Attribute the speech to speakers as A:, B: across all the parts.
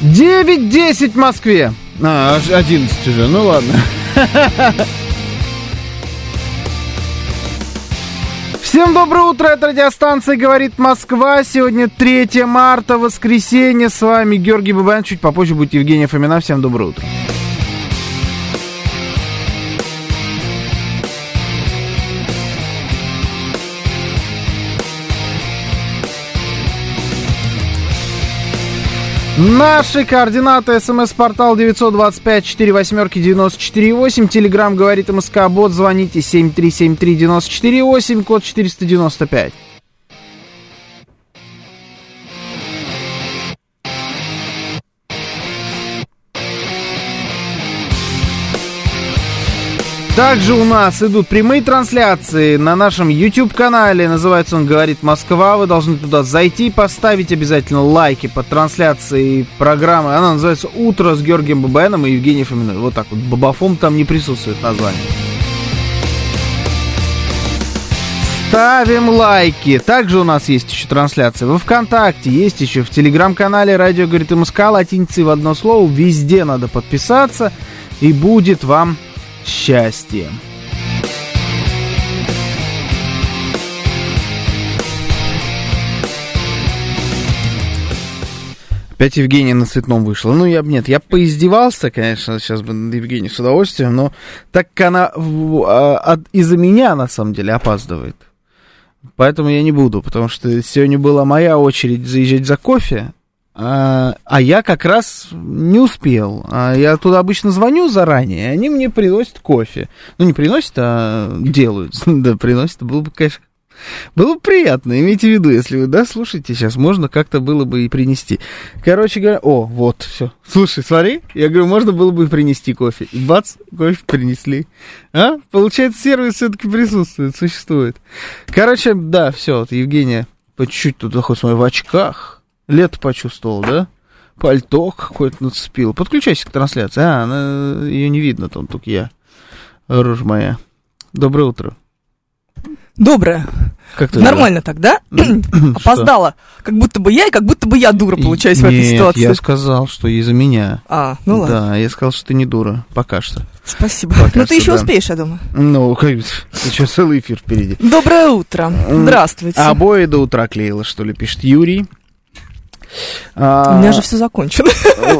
A: ведь 10 в Москве. А, аж 11 уже, ну ладно. Всем доброе утро, это радиостанция «Говорит Москва». Сегодня 3 марта, воскресенье. С вами Георгий Бабаян. Чуть попозже будет Евгения Фомина. Всем доброе утро. Наши координаты. СМС-портал 925-48-94-8. Телеграмм говорит МСК-бот. Звоните 7373-94-8, код 495. Также у нас идут прямые трансляции на нашем YouTube-канале. Называется он «Говорит Москва». Вы должны туда зайти, поставить обязательно лайки под трансляцией программы. Она называется «Утро с Георгием Бабаяном и Евгением Фоминой». Вот так вот. Бабафом там не присутствует название. Ставим лайки. Также у нас есть еще трансляции во ВКонтакте, есть еще в Телеграм-канале «Радио говорит МСК», латиницей в одно слово. Везде надо подписаться, и будет вам счастье. Опять Евгения на цветном вышла. Ну, я бы нет, я поиздевался, конечно, сейчас бы над Евгенией с удовольствием, но так как она а, из-за меня, на самом деле, опаздывает. Поэтому я не буду, потому что сегодня была моя очередь заезжать за кофе, а, а я как раз не успел. А я туда обычно звоню заранее, и они мне приносят кофе. Ну, не приносят, а делают. да, приносят, было бы, конечно, было бы приятно, имейте в виду, если вы, да, слушаете сейчас, можно как-то было бы и принести. Короче говоря, о, вот, все. Слушай, смотри, я говорю, можно было бы и принести кофе. И бац, кофе принесли. А? Получается, сервис все-таки присутствует, существует. Короче, да, все, вот Евгения по чуть-чуть тут заходит, смотри, в очках. Лето почувствовал, да? Пальто какое-то нацепил. Подключайся к трансляции. А, она, ее не видно, там только я. Рожь моя. Доброе утро.
B: Доброе.
A: Как ты
B: Нормально так, да? Опоздала. Как будто бы я, и как будто бы я дура, получаюсь, в этой
A: Нет,
B: ситуации.
A: я сказал, что из-за меня.
B: А, ну ладно.
A: Да, я сказал, что ты не дура. Пока что.
B: Спасибо.
A: Пока
B: Но
A: что
B: ты еще
A: да.
B: успеешь, я думаю.
A: Ну, как еще целый эфир впереди.
B: Доброе утро. Здравствуйте.
A: А обои до утра клеила, что ли, пишет Юрий. А,
B: У меня же все закончено.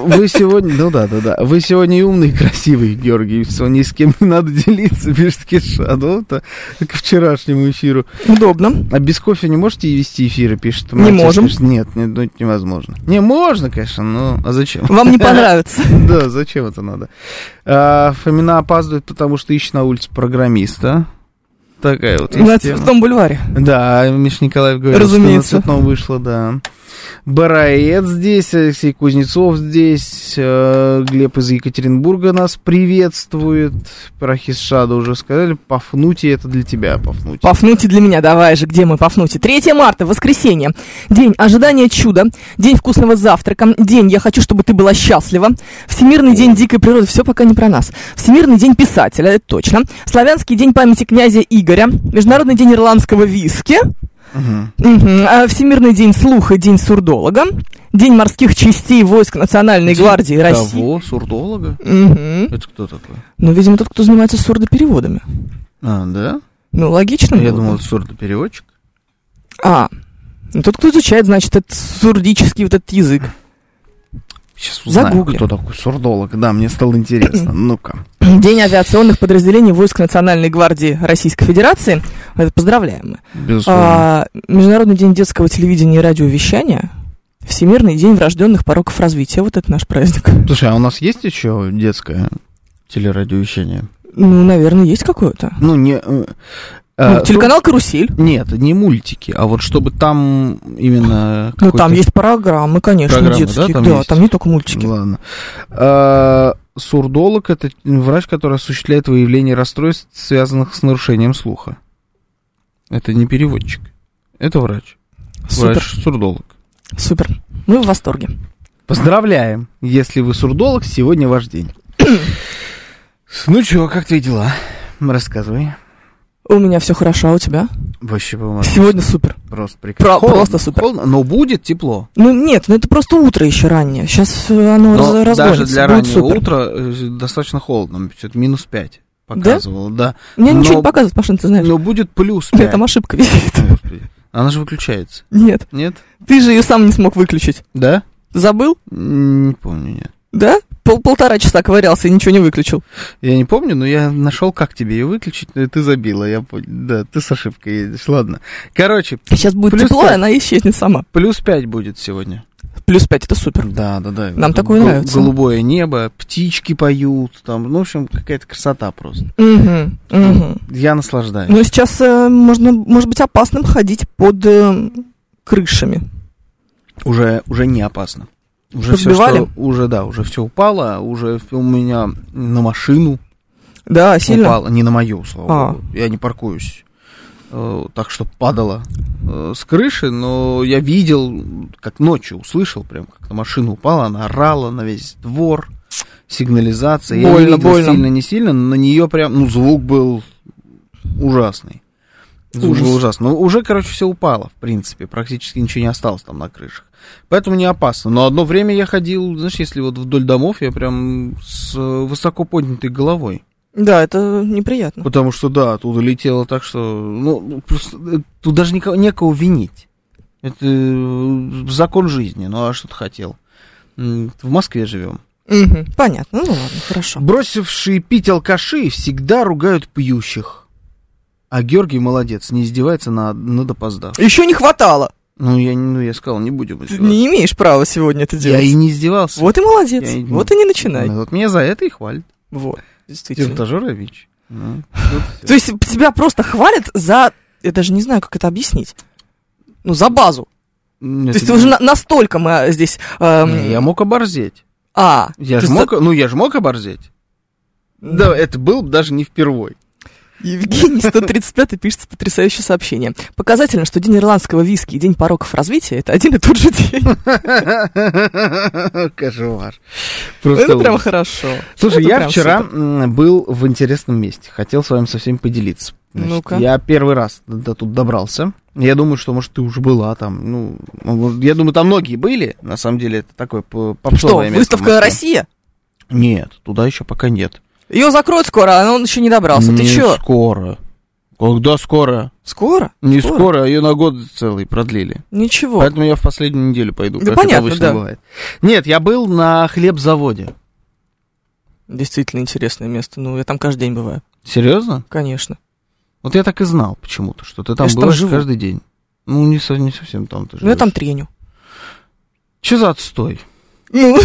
A: Вы сегодня, ну да, да, да. Вы сегодня и умный, и красивый, Георгий. Все, ни с кем не надо делиться, пишет Киша. Ну, это к вчерашнему эфиру.
B: Удобно.
A: А без кофе не можете вести эфиры, пишет
B: Не можем.
A: пишет, Нет, нет, ну, это невозможно. Не, можно, конечно, но а зачем?
B: Вам не понравится.
A: Да, зачем это надо? А, Фомина опаздывает, потому что ищет на улице программиста. Такая вот
B: На
A: есть тема.
B: цветном бульваре.
A: Да, Миша Николаев говорит,
B: Разумеется.
A: что на цветном вышло, да. Бараец здесь, Алексей Кузнецов здесь, э, Глеб из Екатеринбурга нас приветствует. Про Хисшада уже сказали, Пафнути это для тебя, Пафнути.
B: Пафнути для меня, давай же, где мы Пафнути? 3 марта, воскресенье. День ожидания чуда, день вкусного завтрака, день «Я хочу, чтобы ты была счастлива», Всемирный день дикой природы, все пока не про нас. Всемирный день писателя, это точно. Славянский день памяти князя Игоря, Международный день ирландского виски,
A: Мгм.
B: Мгм. А Всемирный день слуха, день сурдолога, день морских частей войск Национальной гвардии России.
A: Кого? Сурдолога?
B: Мгм.
A: Это кто такой?
B: Ну, видимо, тот, кто занимается сурдопереводами.
A: А, да?
B: Ну, логично.
A: Я
B: было бы.
A: думал, это сурдопереводчик.
B: А, ну, тот, кто изучает, значит, этот сурдический вот этот язык.
A: Сейчас узнаем,
B: Загугли.
A: кто такой сурдолог. Да, мне стало интересно. Ну-ка.
B: День авиационных подразделений войск Национальной гвардии Российской Федерации. Это поздравляем мы.
A: Безусловно.
B: А, Международный день детского телевидения и радиовещания. Всемирный день врожденных пороков развития. Вот это наш праздник.
A: Слушай, а у нас есть еще детское телерадиовещание?
B: Ну, наверное, есть какое-то.
A: Ну, не... э,
B: Ну,
A: э, ну,
B: телеканал «Карусель».
A: Нет, не мультики, а вот чтобы там именно...
B: Ну,
A: какой-то-
B: там есть программы, конечно,
A: Программы, да,
B: детские. Да,
A: там
B: там,
A: есть? Ну,
B: не только мультики.
A: Ладно. А, Сурдолог – это врач, который осуществляет выявление расстройств, связанных с нарушением слуха. Это не переводчик. Это врач.
B: Супер,
A: Врач-сурдолог.
B: супер. Мы в восторге.
A: Поздравляем, если вы сурдолог, сегодня ваш день. Ну чего, как твои дела? Рассказывай.
B: У меня все хорошо, а у тебя?
A: Вообще, по-моему,
B: Сегодня супер.
A: просто прекрасно.
B: Про-
A: Холодно,
B: просто супер.
A: холодно, но будет тепло.
B: Ну нет, ну это просто утро еще раннее. Сейчас оно раз-
A: Но даже
B: Ну, разгонится.
A: для
B: будет
A: раннего
B: супер.
A: утра э, достаточно холодно. Что-то минус 5 показывало, да?
B: Мне ничего
A: но- ну,
B: не показывает, Пашин, ты знаешь.
A: Но будет плюс
B: У меня
A: 5.
B: Э, там ошибка висит.
A: Господи. Она же выключается.
B: Нет,
A: Нет?
B: ты же ее сам не смог выключить.
A: Да?
B: Забыл?
A: М, Не помню, нет.
B: Да? Пол- полтора часа ковырялся и ничего не выключил.
A: Я не помню, но я нашел, как тебе ее выключить. но Ты забила, я понял. Да, ты с ошибкой едешь. Ладно. Короче,
B: Сейчас будет
A: Плюс
B: тепло,
A: пять.
B: и она исчезнет сама.
A: плюс 5 будет сегодня.
B: Плюс пять, это супер.
A: Да, да, да.
B: Нам такое
A: Гол-
B: нравится.
A: Голубое небо, птички поют. Там, ну, в общем, какая-то красота просто.
B: Мгм, мгм.
A: Я наслаждаюсь.
B: Но сейчас э, можно, может быть опасным ходить под э, крышами.
A: уже, уже не опасно. Уже все,
B: Подбивали?
A: что, уже, да, уже все упало, уже всё у меня на машину
B: Да, сильно.
A: упало, не на мою, слава
B: А.
A: богу, я не паркуюсь, Э, так что падало э, с крыши, но я видел, как ночью услышал, прям как на машину упала, она орала на весь двор, сигнализация, я не
B: Больно,
A: видел
B: больно.
A: сильно, не сильно, но на нее прям, ну, звук был ужасный. Звук
B: Ужас.
A: был ужасный. Ну, уже, короче, все упало, в принципе. Практически ничего не осталось там на крышах. Поэтому не опасно. Но одно время я ходил, знаешь, если вот вдоль домов, я прям с э, высоко поднятой головой.
B: Да, это неприятно.
A: Потому что, да, оттуда летело так, что... Ну, просто, э, тут даже никого, некого винить. Это э, закон жизни. Ну, а что ты хотел? М, В Москве живем.
B: Мгм, Понятно. Ну ладно, хорошо.
A: Бросившие пить алкаши всегда ругают пьющих. А Георгий молодец, не издевается на, на допоздав.
B: Еще не хватало.
A: Ну, я, не- ну, я сказал, не будем
B: Ты
A: издеваться.
B: не имеешь права сегодня это
A: Я
B: делать.
A: и не издевался.
B: Вот и молодец.
A: Я и-
B: Вот и не начинай.
A: Ну, Вот меня за это и хвалят.
B: Вот, действительно.
A: Шантажер Ильич. Ну, тут
B: То есть тебя просто хвалят за... Я даже не знаю, как это объяснить. Ну, за базу.
A: всё.
B: То есть ты уже на- настолько мы здесь... эм,
A: Не, Я мог оборзеть.
B: А,
A: Я же
B: то есть
A: мог, ну я же мог оборзеть. Да, это был даже не впервой.
B: Евгений 135 пишет потрясающее сообщение. Показательно, что день ирландского виски и день пороков развития это один и тот же день.
A: Кошмар. Просто
B: Это прям
A: ужас.
B: хорошо.
A: Слушай,
B: Это
A: я
B: прям
A: вчера
B: супер.
A: м, был в интересном месте. Хотел с вами со всеми поделиться. Значит,
B: Ну-ка.
A: Я первый раз до тут добрался. Я думаю, что, может, ты уже была там. Ну, может, я думаю, там многие были. На самом деле, это такое п-
B: Что,
A: попсовое место в
B: выставка
A: Москве.
B: «Россия»?
A: Нет, туда еще пока нет.
B: Ее закроют скоро, а он еще не добрался. Ты
A: Не
B: че?
A: скоро. Когда скоро?
B: Скоро?
A: Не
B: Скоро?
A: скоро, а ее на год целый продлили.
B: Ничего.
A: Поэтому я в последнюю неделю пойду.
B: Да
A: как это
B: понятно,
A: обычно
B: да.
A: бывает. Нет, я был на хлебзаводе.
B: Действительно интересное место. Ну, я там каждый день бываю.
A: Серьезно?
B: Конечно.
A: Вот я так и знал почему-то, что ты там
B: Я ж там
A: бываешь
B: живу.
A: каждый день. Ну, не, со- не совсем там ты
B: Ну, я там треню.
A: Че за отстой?
B: Ну,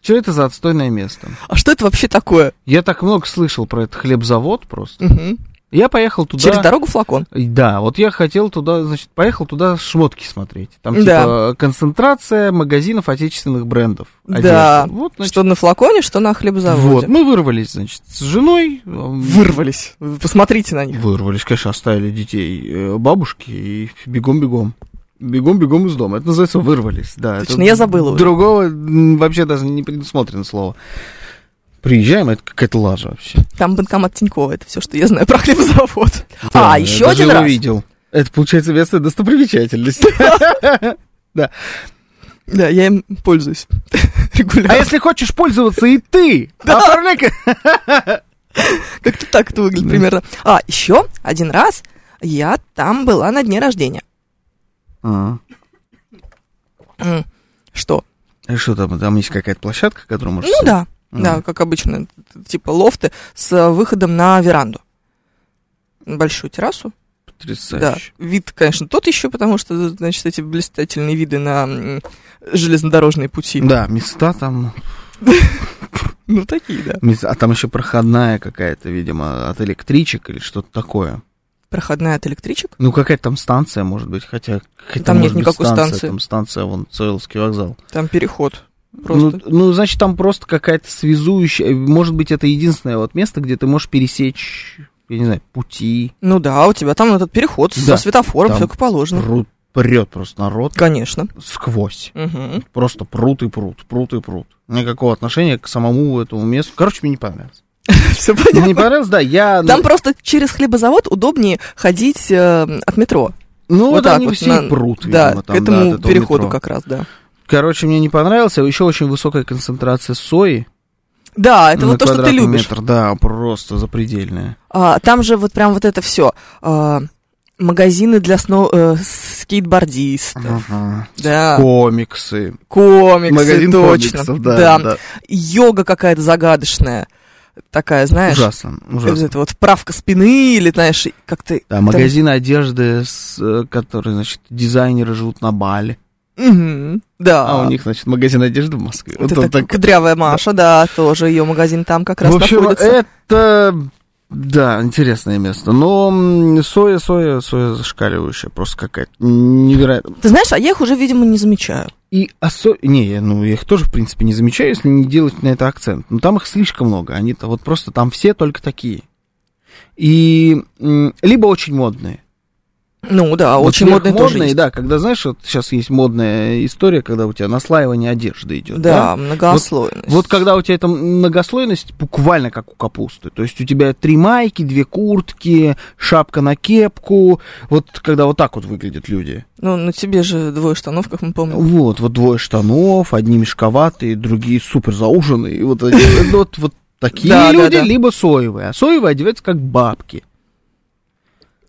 A: Че это за отстойное место?
B: а что это вообще такое?
A: Я так много слышал про этот хлебзавод просто.
B: Мгм.
A: Я поехал туда...
B: Через дорогу флакон.
A: И Да, вот я хотел туда, значит, поехал туда шмотки смотреть. Там
B: Да.
A: типа концентрация магазинов отечественных брендов.
B: Да.
A: одежды. Вот, значит,
B: что на флаконе, что на
A: вот.
B: хлебозаводе.
A: Мы вырвались, значит, с женой. эм,
B: Вырвались. Вы Посмотрите на них.
A: Вырвались, конечно, оставили детей э, бабушки и бегом-бегом. Бегом-бегом из дома. Это называется вырвались, да. это
B: Точно, я забыла уже.
A: Другого м, вообще даже не предусмотрено слово. Приезжаем, это какая-то лажа вообще.
B: Там банкомат Тинькова. Это все, что я знаю про хлебозавод. а,
A: Да, я
B: еще
A: даже
B: один
A: его
B: раз.
A: видел. Это, получается, местная достопримечательность.
B: Да, я им пользуюсь
A: А
B: регулярно.
A: если хочешь пользоваться и ты, оформляй-ка.
B: Как-то так это выглядит примерно. А, еще один раз я там была на дне рождения.
A: А,
B: М, Что?
A: и а Что там, там есть какая-то площадка, которую можно...
B: Ну да, да, как обычно, т- типа лофты с э, выходом на веранду. На Большую террасу. Да.
A: Потрясающе.
B: Вид, конечно, тот еще, потому что, значит, эти блистательные виды на м, железнодорожные пути.
A: Да, места там...
B: Ну, такие, да.
A: Мис- А там еще проходная какая-то, видимо, от электричек или что-то такое.
B: Проходная от электричек.
A: Ну, какая-то там станция, может быть, хотя... какая-то
B: Там нет
A: может быть,
B: никакой
A: станция,
B: станции.
A: Там станция, вон, Цойловский вокзал.
B: Там переход. Просто.
A: Ну, ну, значит, там просто какая-то связующая... Может быть, это единственное вот место, где ты можешь пересечь, я не знаю, пути.
B: Ну да, у тебя там этот переход
A: Да,
B: со светофором,
A: там
B: все как положено.
A: Прут, прет просто народ
B: Конечно.
A: сквозь.
B: Мгм.
A: Просто прут и прут, прут и прут. Никакого отношения к самому этому месту. Короче, мне не понравилось.
B: Все
A: Мне не
B: понятно.
A: понравилось, да, я...
B: Там просто через хлебозавод удобнее ходить э, от метро.
A: ну,
B: вот
A: вот
B: так
A: они
B: вот
A: все
B: на-
A: и прут,
B: Да,
A: видимо,
B: к
A: там, от
B: этому
A: этого
B: переходу
A: метро.
B: как раз, да.
A: Короче, мне не понравился, еще очень высокая концентрация сои.
B: Да, А это
A: на
B: вот то, что ты
A: квадратный
B: любишь.
A: метр, да, просто запредельная.
B: А, там же вот прям вот это все. магазины для сноу... э, скейтбордистов.
A: Ага.
B: Да.
A: Комиксы.
B: Комиксы,
A: Магазин
B: точно.
A: комиксов, да, да.
B: Йога какая-то загадочная. Такая, знаешь,
A: Ужасно,
B: вот
A: ужасно.
B: это вот правка спины или, знаешь, как-то...
A: Да, магазин одежды, с, э, который, значит, дизайнеры живут на Бали.
B: Мгм, да.
A: А у них, значит, магазин одежды в Москве.
B: Вот
A: Вот он
B: эта
A: так-
B: кудрявая Маша, да, тоже ее магазин там как раз
A: В общем,
B: находится.
A: это... Да, интересное место. Но м, соя, соя, соя зашкаливающая просто какая-то. Невероятно.
B: Ты знаешь, а я их уже, видимо, не замечаю.
A: И осо... Не, я- ну, я их тоже, в принципе, не замечаю, если не делать на это акцент. Но там их слишком много. Они-то вот просто там все только такие. И м, либо очень модные.
B: Ну да,
A: Вот
B: очень модные тоже
A: сверхмодные,
B: есть.
A: да, когда, знаешь, вот сейчас есть модная история, когда у тебя наслаивание одежды идет.
B: Да, многослойность.
A: Вот когда у тебя эта многослойность буквально как у капусты. То есть у тебя три майки, две куртки, шапка на кепку. Вот когда вот так вот выглядят люди.
B: Ну, на тебе же двое штанов, как мы помним.
A: Вот, вот двое штанов, одни мешковатые, другие супер зауженные. И Вот, они- ну, вот, вот такие
B: Да, да,
A: люди,
B: да.
A: либо соевые. А соевые одеваются как бабки.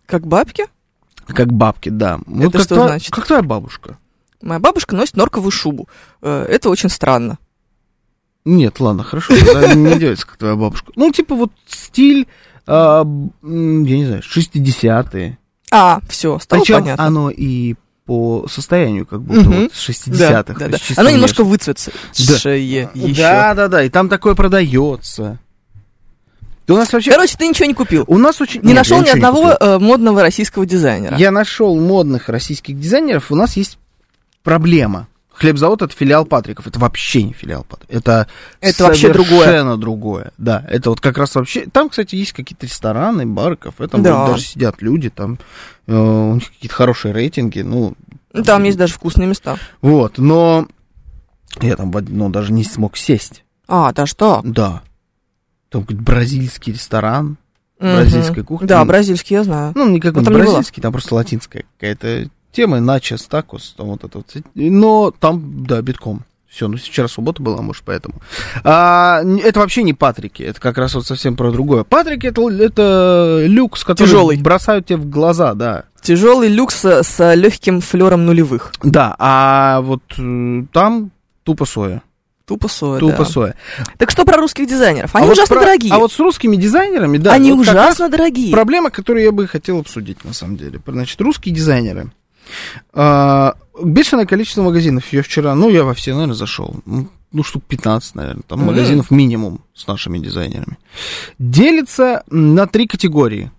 B: Как бабки.
A: Как бабки, да. Вот
B: Это
A: как
B: что
A: твоя-
B: значит?
A: Как твоя бабушка.
B: Моя бабушка носит норковую шубу. Э, Это очень странно.
A: Нет, ладно, хорошо, тогда не одевается, как твоя бабушка. Ну, типа вот стиль, а, м, я не знаю, 60-е.
B: А, все, стало
A: Причем
B: понятно.
A: оно и по состоянию как будто
B: Мгм.
A: вот с 60-х. то
B: да,
A: есть
B: да.
A: чисто
B: Оно немножко выцветшее
A: Да.
B: еще.
A: Да, да, да, и там такое продается. Да у нас вообще...
B: Короче, ты ничего не купил.
A: у нас очень...
B: Не
A: Нет,
B: нашел
A: я
B: ни
A: ничего не
B: одного
A: купил.
B: э, модного российского дизайнера.
A: Я нашел модных российских дизайнеров, у нас есть проблема. Хлебзавод это филиал Патриков, это вообще не филиал Патриков, это,
B: Это вообще другое.
A: совершенно другое, да, это вот как раз вообще, там, кстати, есть какие-то рестораны, бары, кафе, там
B: Да.
A: вроде даже сидят люди, там э, у них какие-то хорошие рейтинги, ну,
B: Ну, Там есть даже вкусные места.
A: Вот, но я там в одно даже не смог сесть.
B: А, да что?
A: Да. Там какой-то бразильский ресторан,
B: Мгм.
A: бразильская кухня.
B: Да, бразильский я знаю.
A: Ну, никакой
B: Ну,
A: не
B: там не было.
A: бразильский, там просто латинская какая-то тема, иначе стакус, там вот это вот. Но там, да, битком. Все, ну вчера суббота была, может, поэтому. А, н- это вообще не Патрики, это как раз вот совсем про другое. Патрики это, л- это люкс, который
B: Тяжёлый.
A: бросают тебе в глаза, да.
B: Тяжелый люкс э, с легким флером нулевых.
A: Да, а вот э, там тупо соя.
B: Тупо соя,
A: Тупо
B: да.
A: соя.
B: Так что про русских дизайнеров?
A: А
B: Они
A: вот
B: ужасно
A: про-
B: дорогие.
A: А вот с русскими дизайнерами, да.
B: Они
A: вот как раз
B: ужасно дорогие.
A: Проблема, которую я бы хотел обсудить, на самом деле. Значит, русские дизайнеры. А, бешеное количество магазинов. Я вчера, ну, я во все, наверное, зашел. Ну, ну, штук 15, наверное. Там
B: Мгм.
A: магазинов минимум с нашими дизайнерами. Делится на три категории,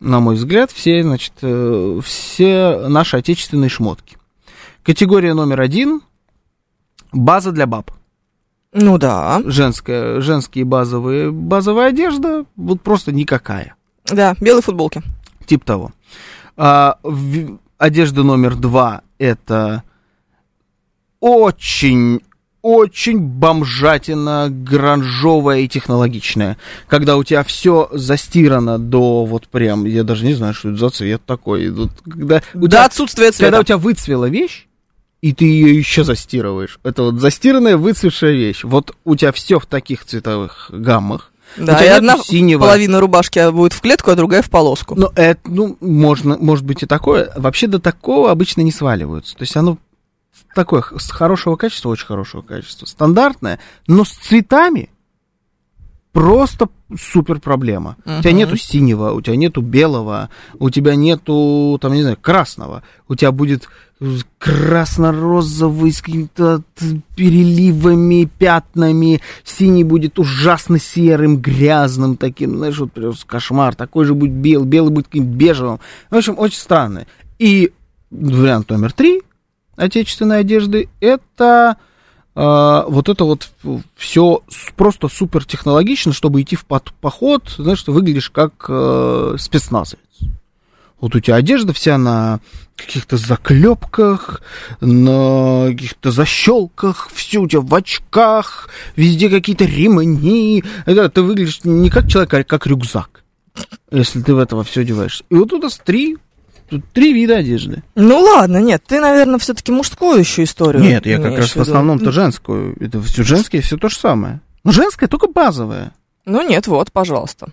A: на мой взгляд, все, значит, э, все наши отечественные шмотки. Категория номер один – база для баб
B: Ну да,
A: женская, женские базовые, базовая одежда, вот просто никакая.
B: да, белые футболки.
A: Тип того. А, в- одежда номер два это очень очень бомжатина, гранжовая и технологичная. Когда у тебя все застирано до вот прям, я даже не знаю, что это за цвет такой. Вот когда, у
B: До
A: тебя-
B: отсутствия
A: когда
B: цвета.
A: у тебя выцвела вещь, и ты ее еще застирываешь. Это вот застиранная, выцветшая вещь. Вот у тебя все в таких цветовых гаммах. у
B: Да,
A: тебя
B: и
A: нету
B: одна
A: синего.
B: половина рубашки будет в клетку, а другая в полоску.
A: Но это, ну, можно, может быть и такое. Вообще до такого обычно не сваливаются. То есть оно такое х- с хорошего качества, очень хорошего качества, стандартное, но с цветами просто супер проблема. У тебя
B: Мгм.
A: нету синего, у тебя нету белого, у тебя нету, там, не знаю, красного. У тебя будет э, красно-розовый с какими-то т- переливами, пятнами. Синий будет ужасно серым, грязным таким, знаешь, вот прям кошмар. Такой же будет белый, белый будет каким бежевым. В общем, очень странно. И вариант номер три отечественной одежды – это а, вот это вот все просто супер технологично, чтобы идти в под- поход, знаешь, ты выглядишь как э, спецназовец. Вот у тебя одежда вся на каких-то заклепках, на каких-то защелках, все у тебя в очках, везде какие-то ремни. Это ты выглядишь не как человек, а как рюкзак, если ты в этого все одеваешься. И вот у нас три, тут три вида одежды.
B: Ну ладно, нет, ты, наверное, все-таки мужскую еще историю.
A: Нет, я как
B: имеешь
A: раз в
B: виду.
A: основном-то женскую. Это все женское, все то же самое. Но женское только базовое.
B: Ну нет, вот, пожалуйста.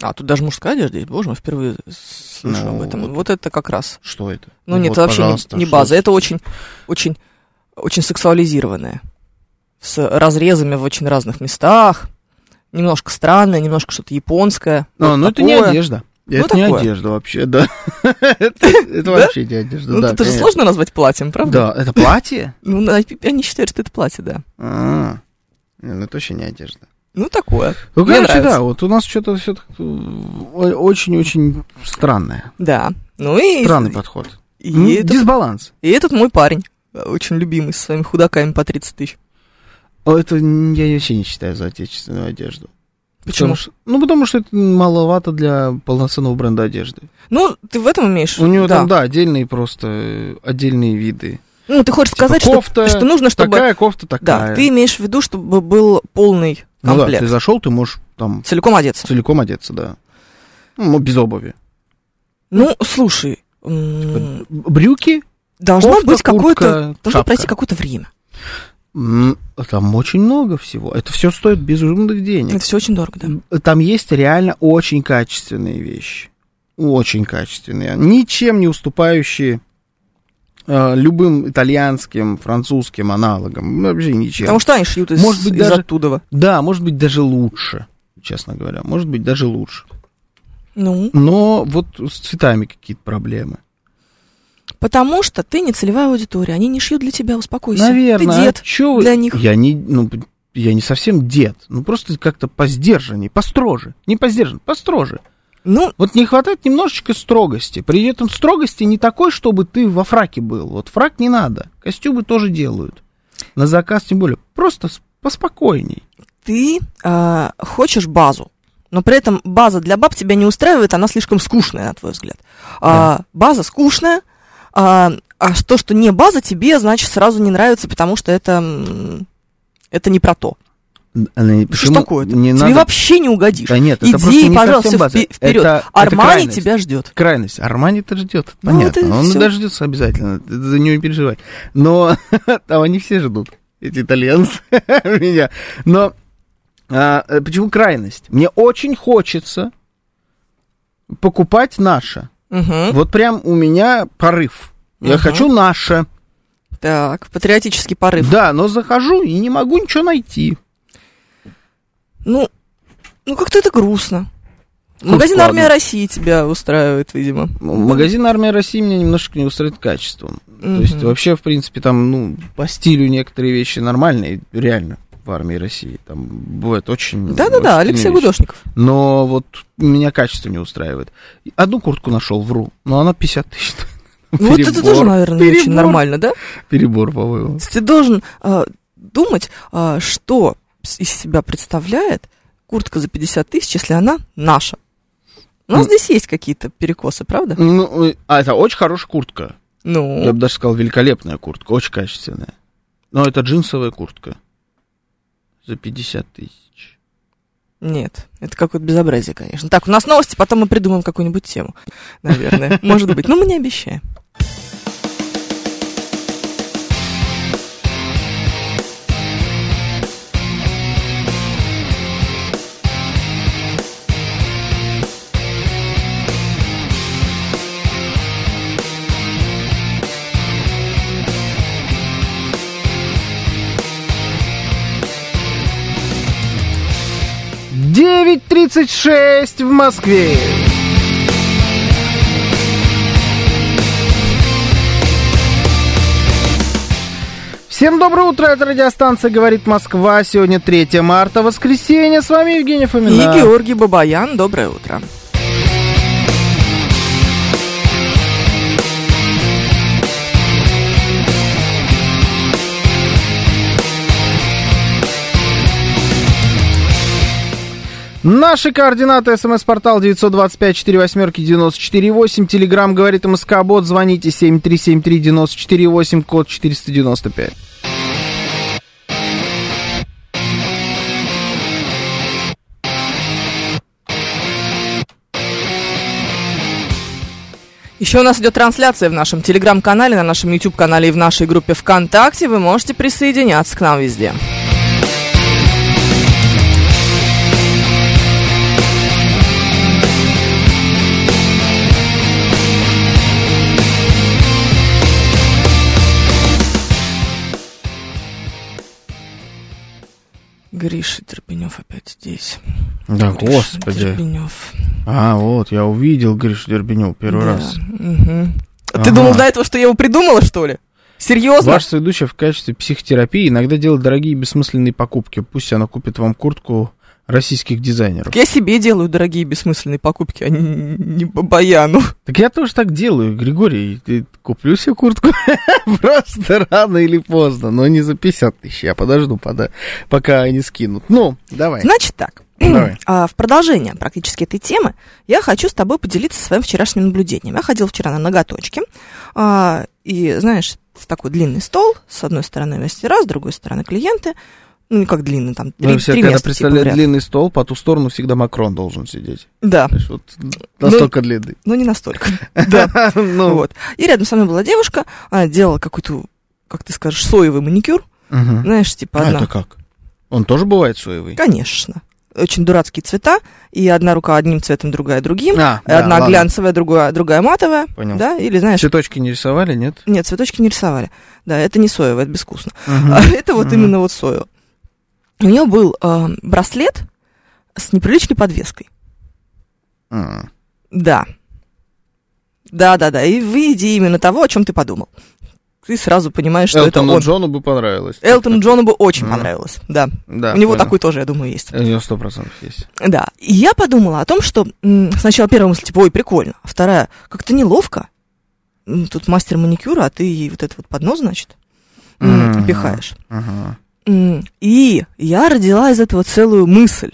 B: А, тут даже мужская одежда есть, боже мой, впервые слышу
A: Ну,
B: об этом.
A: вот.
B: Вот. это как раз.
A: Что это?
B: Ну нет,
A: вот,
B: это вообще
A: пожалуйста,
B: не, не
A: что
B: база. Это очень, очень, очень сексуализированное. С разрезами в очень разных местах. Немножко странное, немножко что-то японское.
A: А,
B: Вот
A: ну это не
B: такое.
A: одежда. это не
B: такое.
A: одежда вообще, да. Это это вообще не одежда,
B: Ну,
A: да.
B: это же
A: конечно.
B: сложно назвать платьем, правда?
A: Да, это платье?
B: Ну, на- они считают, что это платье, да.
A: А, не, Ну, это вообще не одежда.
B: Ну, такое.
A: Ну,
B: Мне
A: короче,
B: нравится.
A: да, вот у нас что-то все очень-очень странное.
B: Да. Ну и,
A: Странный подход. М,
B: и, этот,
A: Дисбаланс.
B: и этот мой парень, э, очень любимый, со своими худаками по 30 тысяч.
A: О, Это н- я вообще не считаю за отечественную одежду.
B: Почему?
A: Потому что- ну, потому что это маловато для полноценного бренда одежды.
B: Ну, ты в этом имеешь?
A: У него
B: да.
A: там, да, отдельные просто, э, отдельные виды.
B: Ну, ты хочешь
A: Типа
B: сказать,
A: кофта,
B: что, что нужно, чтобы...
A: Такая кофта такая.
B: Да, ты имеешь в виду, чтобы был полный
A: Ну да,
B: комплект.
A: ты Типа зашел, ты можешь там
B: Целиком одеться.
A: целиком одеться, да. Ну, без обуви.
B: Ну, слушай, м,
A: Б- Брюки, типа
B: должно
A: кофта,
B: быть какое-то...
A: куртка,
B: Должно
A: шапка.
B: пройти какое-то время.
A: М, Там очень много всего. Это все стоит безумных денег.
B: Это все очень дорого, да.
A: Там есть реально очень качественные вещи. Очень качественные. Ничем не уступающие э, любым итальянским, французским аналогам. Ну, Вообще ничем.
B: Потому что они шьют из,
A: Может быть,
B: из
A: даже-
B: оттуда.
A: Да, может быть, даже лучше, честно говоря. Может быть, даже лучше.
B: Ну,
A: Но вот с цветами какие-то проблемы.
B: потому что ты не целевая аудитория. Они не шьют для тебя, успокойся.
A: Наверное.
B: Ты
A: а
B: дед.
A: чё вы-
B: для них.
A: Я не, ну, п- я не совсем дед. Ну, просто как-то посдержаннее, построже. Не посдержан, построже.
B: Ну,
A: Вот не хватает немножечко строгости. При этом строгости не такой, чтобы ты во фраке был. Вот фрак не надо. Костюмы тоже делают. На заказ тем более. Просто с- поспокойней.
B: ты а, хочешь базу, но при этом база для баб тебя не устраивает, она слишком скучная, на твой взгляд. А, база скучная, а, а то, что не база, тебе, значит, сразу не нравится, потому что это, м, это не про то. Что ж такое-то?
A: Не
B: тебе
A: надо...
B: вообще не угодишь.
A: Да нет, это
B: Иди,
A: просто не
B: пожалуйста,
A: совсем база.
B: впе- вперед.
A: Это- это
B: Армани
A: крайность.
B: тебя ждет.
A: крайность. Армани-то ждет,
B: Ну,
A: понятно.
B: это
A: Он
B: всё.
A: дождется обязательно, ты за него не переживай. Но там они все ждут, эти итальянцы, меня. Но а, э, почему крайность? Мне очень хочется покупать наше.
B: Мгм.
A: Вот прям у меня порыв. Я
B: Мгм.
A: хочу наше.
B: Так, патриотический порыв.
A: Да, но захожу и не могу ничего найти.
B: Ну, ну как-то это грустно. Магазин
A: ладно.
B: «Армия России» тебя устраивает, видимо.
A: Ну, Магазин «Армия России» меня немножко не устраивает качеством. То есть
B: Мгм.
A: вообще, в принципе, там, ну, по стилю некоторые вещи нормальные, реально, в армии России. Там бывает очень... очень
B: Да-да-да,
A: стильные
B: Алексей
A: вещи.
B: Гудошников.
A: Но вот меня качество не устраивает. Одну куртку нашел, вру, но она 50 тысяч. стоит.
B: Ну, Вот это тоже,
A: Перебор.
B: наверное, не очень
A: Перебор.
B: нормально, да?
A: Перебор, по-моему.
B: То есть Ты должен а, думать, а, что с- из себя представляет куртка за 50 тысяч, если она наша. У нас
A: М.
B: здесь есть какие-то перекосы, правда?
A: Ну, э, а это очень хорошая куртка. Я
B: Ну,
A: бы даже сказал, великолепная куртка, очень качественная. Но это джинсовая куртка. За 50 тысяч.
B: нет, это какое-то безобразие, конечно. Так, у нас новости, потом мы придумаем какую-нибудь тему, наверное, может быть. Но мы не обещаем.
A: Девять тридцать шесть в Москве. Всем доброе утро, это радиостанция «Говорит Москва». Сегодня 3 марта, воскресенье. С вами Евгений
B: И
A: Фомина.
B: Георгий Бабаян, доброе утро.
A: Наши координаты. СМС-портал 925-48-94-8. Телеграмм говорит МСК-бот. Звоните 7373-94-8, код 495.
B: Еще у нас идет трансляция в нашем телеграм-канале, на нашем YouTube-канале и в нашей группе ВКонтакте. Вы можете присоединяться к нам везде. Гриша Трепенев опять здесь.
A: Да,
B: Гриша
A: господи.
B: Трепенев.
A: А, вот, я увидел Гришу Дербеню первый
B: Да,
A: раз.
B: мгм. А
A: Ага.
B: Ты думал до этого, что я его придумала, что ли? Серьезно?
A: Ваш ведущая в качестве психотерапии иногда делает дорогие бессмысленные покупки. Пусть она купит вам куртку российских дизайнеров.
B: Так Я себе делаю дорогие бессмысленные покупки, а не, не по баяну.
A: Так я тоже так делаю, Григорий. Ты- Куплю себе куртку просто рано или поздно, но не за 50 тысяч. Я подожду, пода- пока они скинут. Ну, давай.
B: Значит так,
A: Давай.
B: а, в продолжение практически этой темы я хочу с тобой поделиться своим вчерашним наблюдением. Я ходила вчера на ноготочки, а, и, знаешь, с такой длинный стол, с одной стороны мастера, с другой стороны клиенты, ну, не как длинный, там, три,
A: Ну, все,
B: три
A: когда
B: места, типа, в
A: представляют
B: ряд.
A: длинный стол, по ту сторону всегда Макрон должен сидеть.
B: Да,
A: Знаешь, вот настолько длинный.
B: но не настолько.
A: Ну,
B: Ну, Вот. И рядом со мной была девушка, она делала какой-то, как ты скажешь, соевый маникюр,
A: мгм.
B: знаешь, типа
A: А
B: одна.
A: это как? Он тоже бывает соевый?
B: Конечно. Очень дурацкие цвета, и одна рука одним цветом, другая другим. Э,
A: А, да,
B: одна
A: ладно,
B: глянцевая, другая, другая матовая.
A: Понял.
B: Да, или знаешь,
A: Цветочки не рисовали, нет?
B: нет, цветочки не рисовали. Да, это не соевое, это безвкусно.
A: Мгм.
B: А это вот
A: Мгм.
B: именно вот соевое. У нее был э, браслет с неприличной подвеской.
A: М.
B: Да. Да, да, да. И выйди именно того, о чем ты подумал. Ты сразу понимаешь, что это
A: Элтону
B: он.
A: Джону бы понравилось.
B: Элтон Джону бы очень
A: Мгм.
B: понравилось. Да.
A: Да,
B: У него
A: понял.
B: такой тоже, я думаю, есть.
A: У него сто процентов есть.
B: Да. И я подумала о том, что м, сначала первая мысль, типа, ой, прикольно. А вторая, как-то неловко. М, Тут мастер маникюра, а ты ей вот этот вот поднос, значит, м,
A: Мгм.
B: пихаешь.
A: Ага.
B: М, И я родила из этого целую мысль,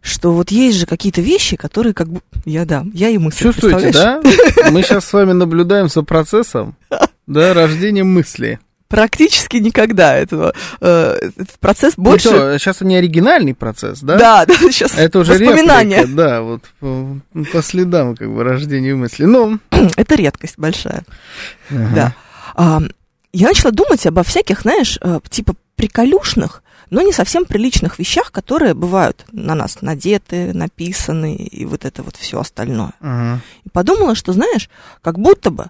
B: что вот есть же какие-то вещи, которые как бы... Я, да, я и мысль,
A: Чувствуете,
B: представляешь?
A: да? Мы сейчас с вами наблюдаем за процессом да, рождения мысли.
B: Практически никогда этого. э, Этот процесс
A: Ну
B: больше...
A: сейчас не оригинальный процесс, да?
B: да, да, сейчас
A: Это уже
B: воспоминания.
A: реплика, да, вот по, по следам как бы рождения мысли. Ну,
B: Это редкость большая.
A: ага.
B: Да. А, я начала думать обо всяких, знаешь, э, типа приколюшных, но не совсем приличных вещах, которые бывают на нас надеты, написаны и вот это вот все остальное.
A: Ага.
B: И подумала, что, знаешь, как будто бы,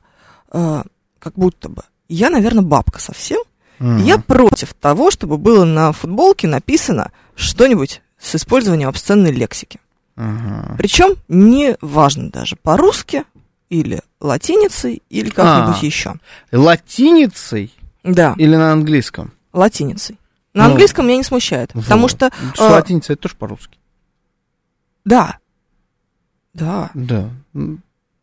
B: э, как будто бы, я, наверное, бабка совсем. и Я
A: Ага.
B: против того, чтобы было на футболке написано что-нибудь с использованием обсценной лексики.
A: Ага.
B: Причем не важно даже по-русски или латиницей или как-нибудь
A: А.
B: еще.
A: Латиницей
B: Да.
A: или на английском?
B: латиницей. На
A: Ну,
B: английском меня не смущает, потому
A: Вот.
B: что,
A: Что
B: э,
A: латиница это тоже по-русски.
B: да, да.
A: Да. М,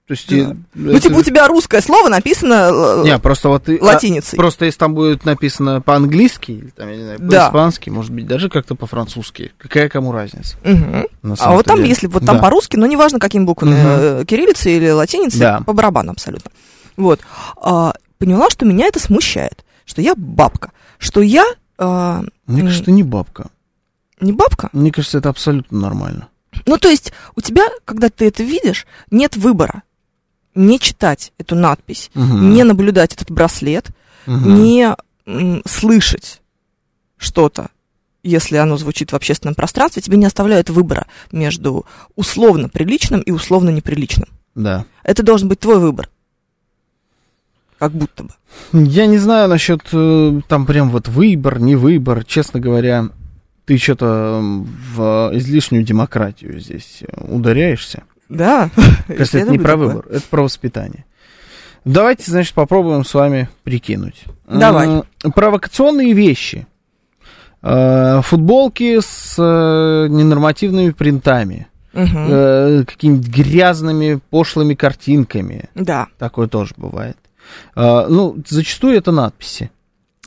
A: Ну, То есть...
B: Да.
A: э,
B: Ну,
A: это-
B: типа у тебя русское слово написано л-
A: Не, просто вот... ты- а,
B: латиницей.
A: Просто если там будет написано по-английски, или там, я не знаю,
B: Да.
A: по-испански, может быть, даже как-то по-французски. Какая кому разница?
B: Мгм.
A: на
B: А
A: самом-то
B: вот там,
A: деле?
B: если вот там
A: Да.
B: по-русски, но неважно, какими буквами,
A: Мгм.
B: э, кириллицей или латиницей,
A: Да.
B: по барабану абсолютно. Вот. А, поняла, что меня это смущает, что я бабка, что я а,
A: Мне кажется, ты не бабка.
B: не бабка.
A: Мне кажется, это абсолютно нормально.
B: Ну, то есть у тебя, когда ты это видишь, нет выбора не читать эту надпись,
A: Мгм.
B: не наблюдать этот браслет,
A: Мгм.
B: не м, слышать что-то, если оно звучит в общественном пространстве, тебе не оставляют выбора между условно приличным и условно неприличным.
A: Да.
B: Это должен быть твой выбор. Как будто бы.
A: Я не знаю насчет э, там прям вот выбор, не выбор. Честно говоря, ты что-то в э, излишнюю демократию здесь э, ударяешься.
B: Да.
A: Кажется,
B: Я
A: это не
B: люблю
A: про
B: такое.
A: выбор, это про воспитание. Давайте, значит, попробуем с вами прикинуть.
B: Давай.
A: М, Провокационные вещи. Э, Футболки с э, ненормативными принтами,
B: Мгм.
A: э, какими-нибудь грязными, пошлыми картинками.
B: Да.
A: Такое тоже бывает. Э, Ну, зачастую это надписи.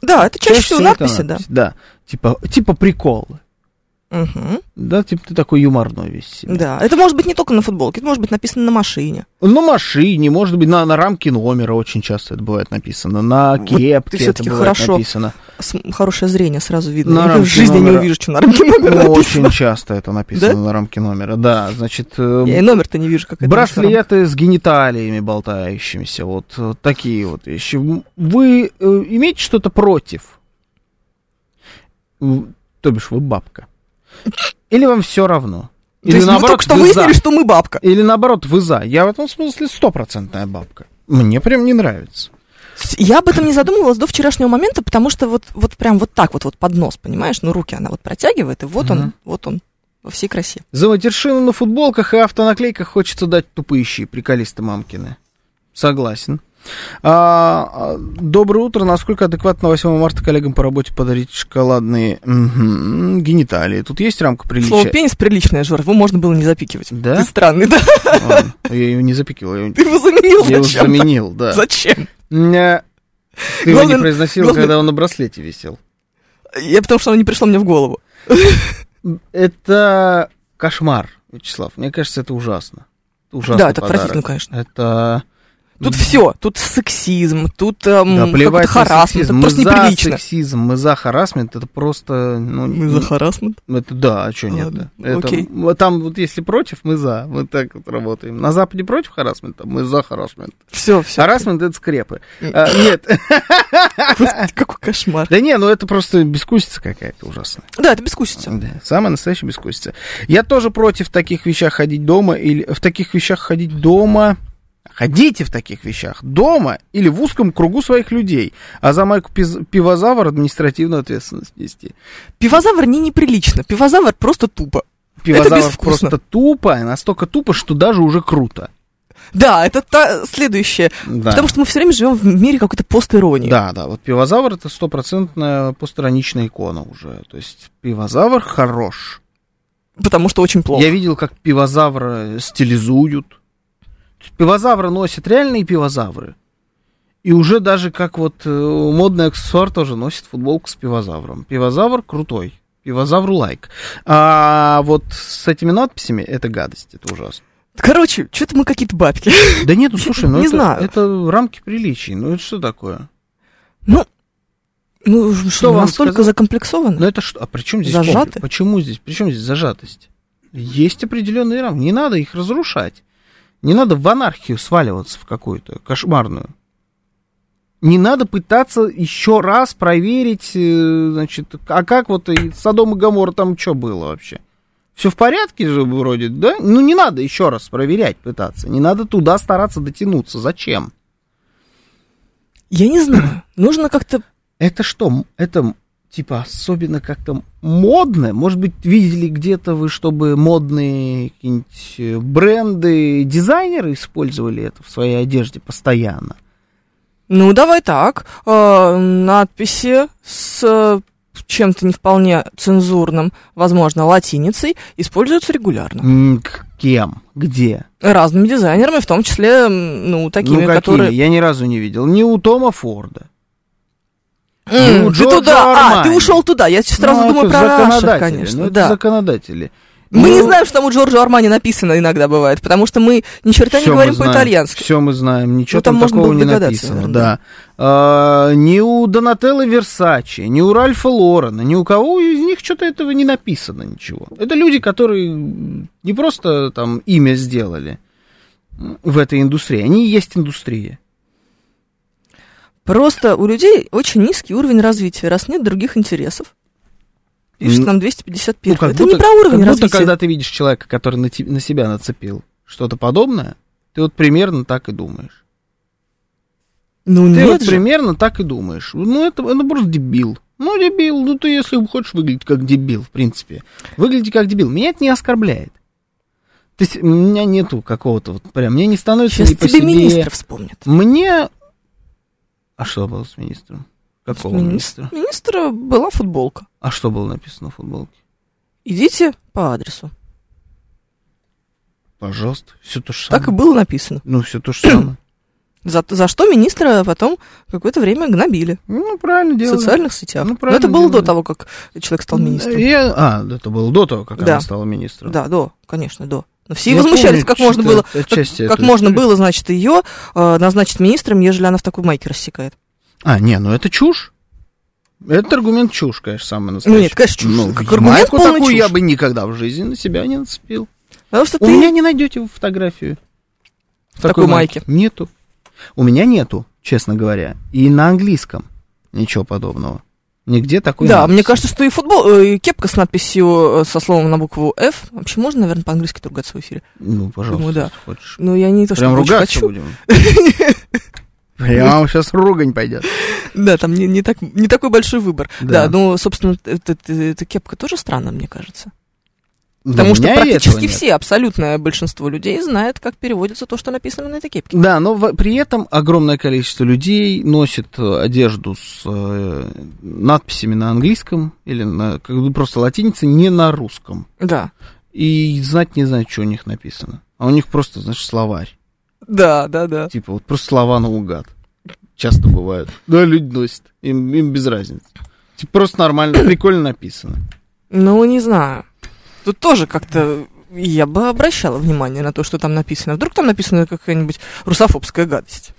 B: Да, это чаще всего
A: это
B: надписи, да.
A: надписи, Да, типа, типа приколы.
B: Мгм.
A: Да, типа ты такой юморной весь себе.
B: Да. Это может быть не только на футболке, это может быть написано на машине.
A: На машине, может быть, на, на рамке номера очень часто это бывает написано. На
B: Вот
A: кепке это
B: всё-таки
A: бывает
B: хорошо.
A: написано.
B: С- хорошее зрение сразу видно.
A: На
B: Никогда в
A: рамке
B: жизни не
A: номера.
B: увижу, что на рамке номера написано.
A: Очень часто это написано на рамке номера. Да, значит, э,
B: Я и номер-то не вижу, как это написано.
A: браслеты с гениталиями болтающимися, вот э, такие вот вещи. М, Вы э, имеете что-то против? М, То бишь вы бабка. Или вам все равно?
B: То есть мы только что
A: вы за?
B: выяснили, что мы бабка.
A: Или наоборот, вы за. Я в этом смысле стопроцентная бабка. Мне прям не нравится.
B: С- Я об этом не задумывалась до вчерашнего момента, потому что вот, вот прям вот так вот, вот под нос, понимаешь? Ну, руки она вот протягивает, и вот он,
A: Мгм.
B: вот он во всей красе.
A: За матершину на футболках и автонаклейках хочется дать тупыщие приколисты мамкины. Согласен. А, а, доброе утро. Насколько адекватно 8 марта коллегам по работе подарить шоколадные мгм, гениталии? Тут есть рамка
B: Слово
A: приличия?
B: пенис приличное, Жор, его можно было не запикивать.
A: Да?
B: Ты странный, да?
A: Ладно, Я ее не запикивал, я её-
B: Ты его заменил
A: я его
B: зачем?
A: заменил, да.
B: Зачем?
A: Ня. Ты его не
B: Главное-
A: произносил,
B: главное-
A: когда он на браслете висел.
B: Я потому что оно не пришло мне в голову.
A: Это кошмар, Вячеслав. Мне кажется, это ужасно. Ужасно.
B: да, это отвратительно, конечно.
A: Это...
B: Тут все, тут сексизм, тут эм,
A: Да плевать
B: какой-то
A: на
B: харасмент,
A: сексизм.
B: это
A: Мы
B: просто
A: за
B: неприлично.
A: сексизм, мы за харасмент, это просто... Ну,
B: Мы за харасмент?
A: это да, а что нет?
B: Ладно,
A: да. Это-
B: окей.
A: вот Там вот если против, мы за. Мы так вот работаем. На Западе против харасмента, мы за харасмент.
B: Все, все.
A: Харасмент — это скрепы. А, нет.
B: Какой кошмар.
A: Да не, ну это просто бескусица какая-то ужасная.
B: Да, это бескусица.
A: Да, Самая настоящая бескусица. Я тоже против в таких вещах ходить дома или... В таких вещах ходить дома... Ходите в таких вещах дома или в узком кругу своих людей, а за майку пиз- пивозавр административную ответственность нести.
B: Пивозавр не неприлично, пивозавр просто тупо. Это
A: Пивозавр
B: безвкусно.
A: просто тупо, настолько тупо, что даже уже круто.
B: Да, это та следующее.
A: Да.
B: Потому что мы все время живем в мире какой-то постиронии.
A: Да, да, вот пивозавр это стопроцентная постраничная икона уже. То есть пивозавр хорош.
B: Потому что очень плохо.
A: Я видел, как пивозавра стилизуют. То есть Пивозавра носят реальные пивозавры. И уже даже как вот э, модный аксессуар тоже носит футболку с пивозавром. Пивозавр крутой. Пивозавру лайк. А вот с этими надписями это гадость, это ужасно.
B: Короче, что-то мы какие-то бабки.
A: Да нет, ну слушай, ну
B: Не
A: это,
B: знаю.
A: это рамки приличий. Ну это что такое?
B: Ну, что,
A: вам
B: настолько
A: сказать?
B: закомплексованы?
A: Ну это что? А при чем здесь
B: Зажаты?
A: комплекс? Почему здесь? При чем здесь зажатость? Есть определенные рамки. Не надо их разрушать. Не надо в анархию сваливаться в какую-то кошмарную. Не надо пытаться еще раз проверить, э, значит, а как вот и Содом и Гамор там что было вообще? Все в порядке же вроде, да? Ну не надо еще раз проверять пытаться. Не надо туда стараться дотянуться. Зачем?
B: Я не знаю. Нужно как-то...
A: Это что? м- Это м, типа особенно как-то модно? Может быть, видели где-то вы, чтобы модные какие-нибудь э, бренды, дизайнеры использовали это в своей одежде постоянно?
B: Ну, давай так. Э, надписи с э, чем-то не вполне цензурным, возможно, латиницей, используются регулярно.
A: М, к- Кем? Где?
B: Разными дизайнерами, в том числе, м, ну, такими,
A: ну, какими?
B: которые...
A: Я ни разу не видел. Ни у Тома Форда.
B: М,
A: Ну,
B: ты
A: Джорджо
B: туда... А, ты
A: Армани.
B: ушел туда. Я сразу
A: Ну,
B: думаю
A: это
B: про наших,
A: законодатели.
B: конечно.
A: Ну, это
B: да.
A: законодатели.
B: Мы не
A: Ну,
B: знаем, что там у Джорджо Армани написано иногда бывает, потому что мы ни черта не
A: Всё мы
B: говорим
A: знаем,
B: по-итальянски.
A: Все мы знаем, ничего
B: Ну, там
A: там,
B: можно
A: такого
B: было
A: не
B: догадаться,
A: написано,
B: наверное,
A: да. А, ни у Донателло Версачи, ни у Ральфа Лорена, ни у кого из них что-то этого не написано ничего. Это люди, которые м, не просто там имя сделали м, в этой индустрии, они и есть индустрия.
B: Просто у людей очень низкий уровень развития, раз нет других интересов. Пишет
A: Ну,
B: нам 251.
A: Ну, как
B: Это
A: будто-
B: не про уровень
A: как будто,
B: развития.
A: когда ты видишь человека, который на, те- на себя нацепил что-то подобное, ты вот примерно так и думаешь.
B: Ну
A: Ты вот
B: нет же.
A: примерно так и думаешь. Ну, это, это просто дебил. Ну, дебил, ну ты, если хочешь выглядеть как дебил, в принципе. Выгляди как дебил. Меня это не оскорбляет. То есть у меня нету какого-то вот прям, мне не становится
B: Сейчас
A: не по
B: тебе
A: себе.
B: министр вспомнит.
A: Мне... А что было с министром? Какого
B: Мини-
A: министра?
B: Министра была футболка.
A: А что было написано в футболке?
B: Идите по адресу.
A: Пожалуйста, все то же самое.
B: Так и было написано.
A: Ну, все то же самое.
B: За, за что министра потом какое-то время гнобили
A: Ну, правильно делали.
B: в социальных сетях.
A: Ну,
B: Но
A: правильно
B: это было
A: делали. Ну,
B: до того, как человек стал министром.
A: Я- а, это было до того, как
B: Да.
A: она стала министром.
B: Да, да, конечно, да. Но все
A: Я
B: возмущались,
A: помню,
B: как можно
A: что-то
B: было,
A: отчасти
B: как
A: эту
B: можно
A: историю.
B: было, значит, ее назначить министром, ежели она в такой майке рассекает.
A: А, не, ну это чушь. Этот аргумент чушь, конечно, самый
B: Ну
A: настоящий.
B: нет, конечно, чушь.
A: Ну,
B: как
A: и
B: аргумент
A: майку
B: полная
A: такую
B: чушь.
A: я бы никогда в жизни на себя не нацепил.
B: Потому что
A: У
B: ты...
A: меня не найдете вы фотографию. В
B: такой майке.
A: Нету. У меня нету, честно говоря. И на английском ничего подобного. Нигде такой
B: Да,
A: надписи.
B: мне кажется, что и футбол, э, и кепка с надписью э, со словом на букву F. Вообще можно, наверное, по-английски ругаться в эфире?
A: Ну, пожалуйста,
B: Думаю, да.
A: если хочешь.
B: Ну, я не то, что
A: Прям
B: очень
A: ругаться
B: хочу.
A: будем. Прям сейчас ругань пойдет.
B: Да, там не, не, так, не такой большой выбор. Да,
A: Да.
B: ну, собственно, эта, эта- эта кепка тоже странная, мне кажется.
A: Да
B: Потому
A: у
B: что
A: меня и этого
B: практически
A: нет.
B: все, абсолютное большинство людей знает, как переводится то, что написано на этой кепке.
A: Да, но в- при этом огромное количество людей носит э, одежду с э, надписями на английском или на как бы просто латинице, не на русском.
B: Да.
A: И знать не знаю, что у них написано. А у них просто, знаешь, словарь.
B: Да, да, да.
A: Типа вот просто слова наугад. Часто бывают. Да, люди носят. Им, им без разницы. Типа просто нормально, прикольно написано.
B: Ну, не знаю. Тут тоже как-то я бы обращала внимание на то, что там написано. Вдруг там написана какая-нибудь русофобская гадость.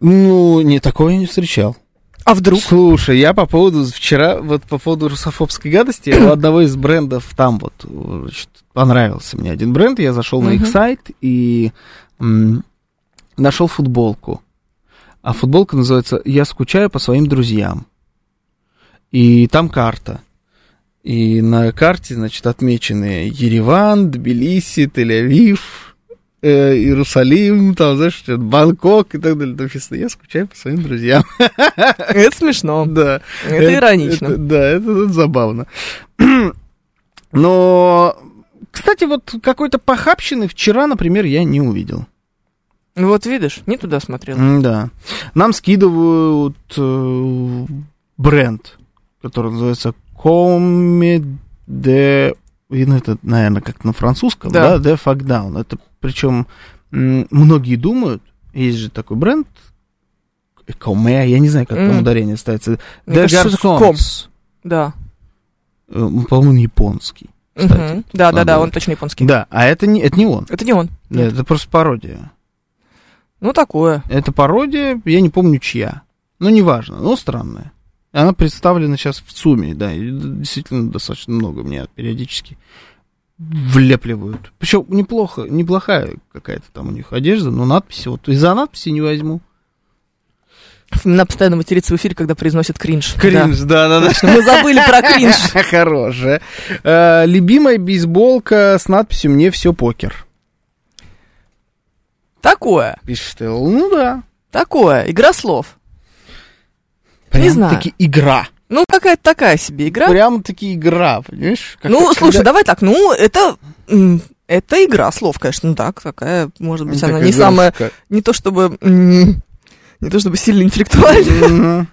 A: Ну, не такого я не встречал.
B: А вдруг?
A: Слушай, я по поводу вчера, вот по поводу русофобской гадости, у одного из брендов там вот значит, понравился мне один бренд, я зашел на их
B: Мгм.
A: сайт и м, нашел футболку. А футболка называется «Я скучаю по своим друзьям». И там карта. И на карте, значит, отмечены Ереван, Тбилиси, Тель-Авив, э, Иерусалим, там, знаешь, что-то, Бангкок и так далее. Написано «Я скучаю по своим друзьям».
B: Это смешно.
A: Да.
B: Это
A: это-
B: иронично.
A: да, это, это забавно. Но, кстати, вот какой-то похабщины вчера, например, я не увидел.
B: Ну, Вот видишь, не туда смотрел.
A: Да. Нам скидывают э, бренд, который называется Comme de... и, ну, это, наверное, как на французском, да,
B: Да.
A: de Fuck Down. Это причем многие думают, есть же такой бренд, Comme, я не знаю, как там
B: Мгм.
A: ударение ставится.
B: Мне
A: De
B: кажется, что
A: Garçons.
B: Да.
A: Э, по-моему, он японский. Кстати.
B: Мгм. Да, да,
A: надо
B: да,
A: было.
B: он точно японский.
A: Да, а это не, это не он.
B: Это не он.
A: Нет,
B: Нет.
A: это просто пародия.
B: Ну, такое.
A: Это пародия, я не помню чья. Ну, неважно, но странная. Она представлена сейчас в ЦУМе, да, и д- действительно достаточно много мне периодически влепливают. Причем неплохо, неплохая какая-то там у них одежда, но надписи, вот из-за надписи не возьму.
B: Нам постоянно материться в эфире, когда произносят кринж.
A: да-да-да.
B: Да. Мы забыли про кринж.
A: Хорошая. Э, Любимая бейсболка с надписью «Мне все покер».
B: Такое,
A: Пишет Эл. Ну да.
B: такое. Игра слов. Не знаю.
A: Таки игра.
B: Ну, какая-то такая себе игра.
A: Прям-таки игра, понимаешь? Как-
B: Ну,
A: когда-
B: слушай, давай так, ну, это... м, Это игра слов, конечно, ну так, такая, может быть, она
A: Ну, Такая
B: не
A: игра,
B: самая,
A: как-
B: не то чтобы, м, не то чтобы сильно интеллектуальная.
A: Мгм.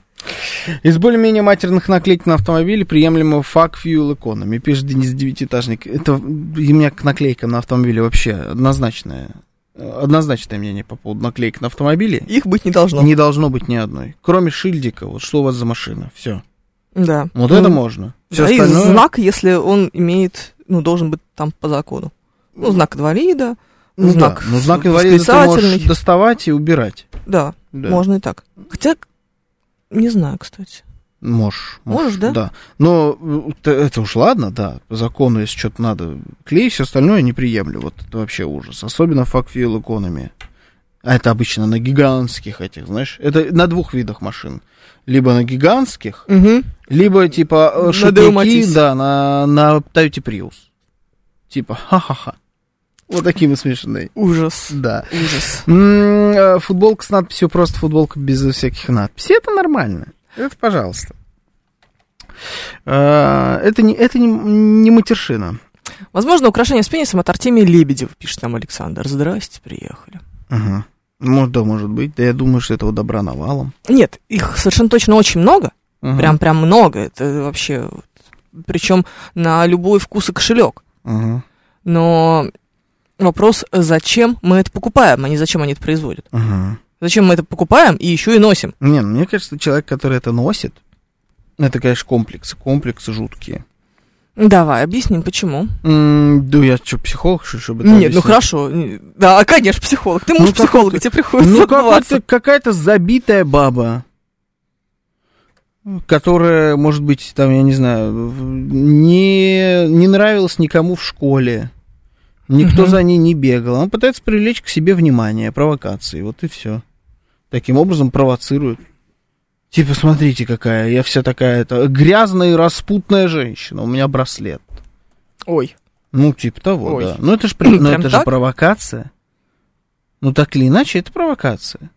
A: Из более-менее матерных наклеек на автомобиле приемлемо fuck fuel economy, пишет Денис Девятиэтажник. Это у меня к наклейкам на автомобиле вообще однозначное, э, однозначное мнение по поводу наклеек на автомобиле.
B: Их быть не должно.
A: Не должно быть ни одной. Кроме шильдика, вот что у вас за машина, все.
B: Да.
A: Вот
B: Ну,
A: это можно. Все
B: да, и
A: остальное...
B: знак, если он имеет, ну, должен быть там по закону. Ну, знак инвалида,
A: Ну да,
B: знак
A: ну, знак инвалида ты можешь
B: восклицательный.
A: доставать и убирать.
B: да,
A: Да.
B: можно и так. Хотя, не знаю, кстати.
A: Можешь.
B: Можешь, да?
A: Да. Но э, т- это уж ладно, да. По закону, если что-то надо, клей, все остальное не приемлю. Вот это вообще ужас. Особенно fuck fuel economy. А это обычно на гигантских этих, знаешь. Это на двух видах машин. Либо на гигантских,
B: Угу.
A: либо типа э,
B: На Део
A: шутники,
B: Матис.
A: да, на, на Toyota Prius. Типа ха-ха-ха. Вот такие мы смешные.
B: Ужас.
A: Да.
B: Ужас.
A: М, э, Футболка с надписью, просто футболка без всяких надписей. Это нормально. Это пожалуйста. Э, Это не, это не, не матершина.
B: Возможно, украшение с пенисом от Артемия Лебедева, пишет нам Александр. Здрасте, приехали.
A: Мгм. Ну, да, может быть. Да я думаю, что этого добра навалом.
B: Нет, их совершенно точно очень много.
A: Мгм.
B: Прям прям много. Это вообще. Причем на любой вкус и кошелек.
A: Мгм.
B: Но вопрос, зачем мы это покупаем, а не зачем они это производят.
A: Ага.
B: Зачем мы это покупаем и еще и носим.
A: Не, ну, мне кажется, человек, который это носит, это, конечно, комплексы. Комплексы жуткие.
B: Давай, объясним, почему.
A: М, да я что, психолог, что ли, чтобы это
B: Нет, ну
A: объяснить?
B: хорошо. н- Да, конечно, психолог. Ты
A: Ну,
B: муж
A: как
B: психолога,
A: ты-
B: тебе приходится
A: Ну,
B: отдуваться.
A: какой-то- какая-то забитая баба, которая, может быть, там, я не знаю, в- не, не нравилась никому в школе. Никто
B: Мгм.
A: за ней не бегал. Она пытается привлечь к себе внимание, провокации. Вот и все. Таким образом провоцирует. Типа, смотрите, какая я вся такая это грязная и распутная женщина. У меня браслет.
B: Ой,
A: Ну, типа того,
B: Ой.
A: да. Ну, это, ж, при-
B: Прям
A: ну, это же
B: так?
A: провокация. Ну, так или иначе, это провокация.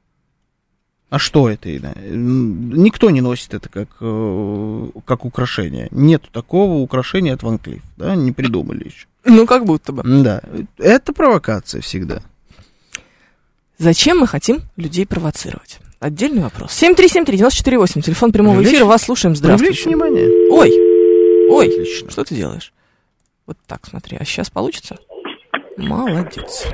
A: А что это? Ина? М, Никто не носит это как, э, как украшение. Нету такого украшения от Ван Клифф, да, не придумали еще.
B: ну как будто бы.
A: Да, это провокация всегда.
B: Зачем мы хотим людей провоцировать? Отдельный вопрос. 7373948, телефон прямого
A: Привлечь-
B: эфира, вас слушаем,
A: Привлечь
B: здравствуйте.
A: внимание.
B: Ой, ой,
A: Отлично.
B: что ты делаешь? Вот так смотри, а сейчас получится? Молодец.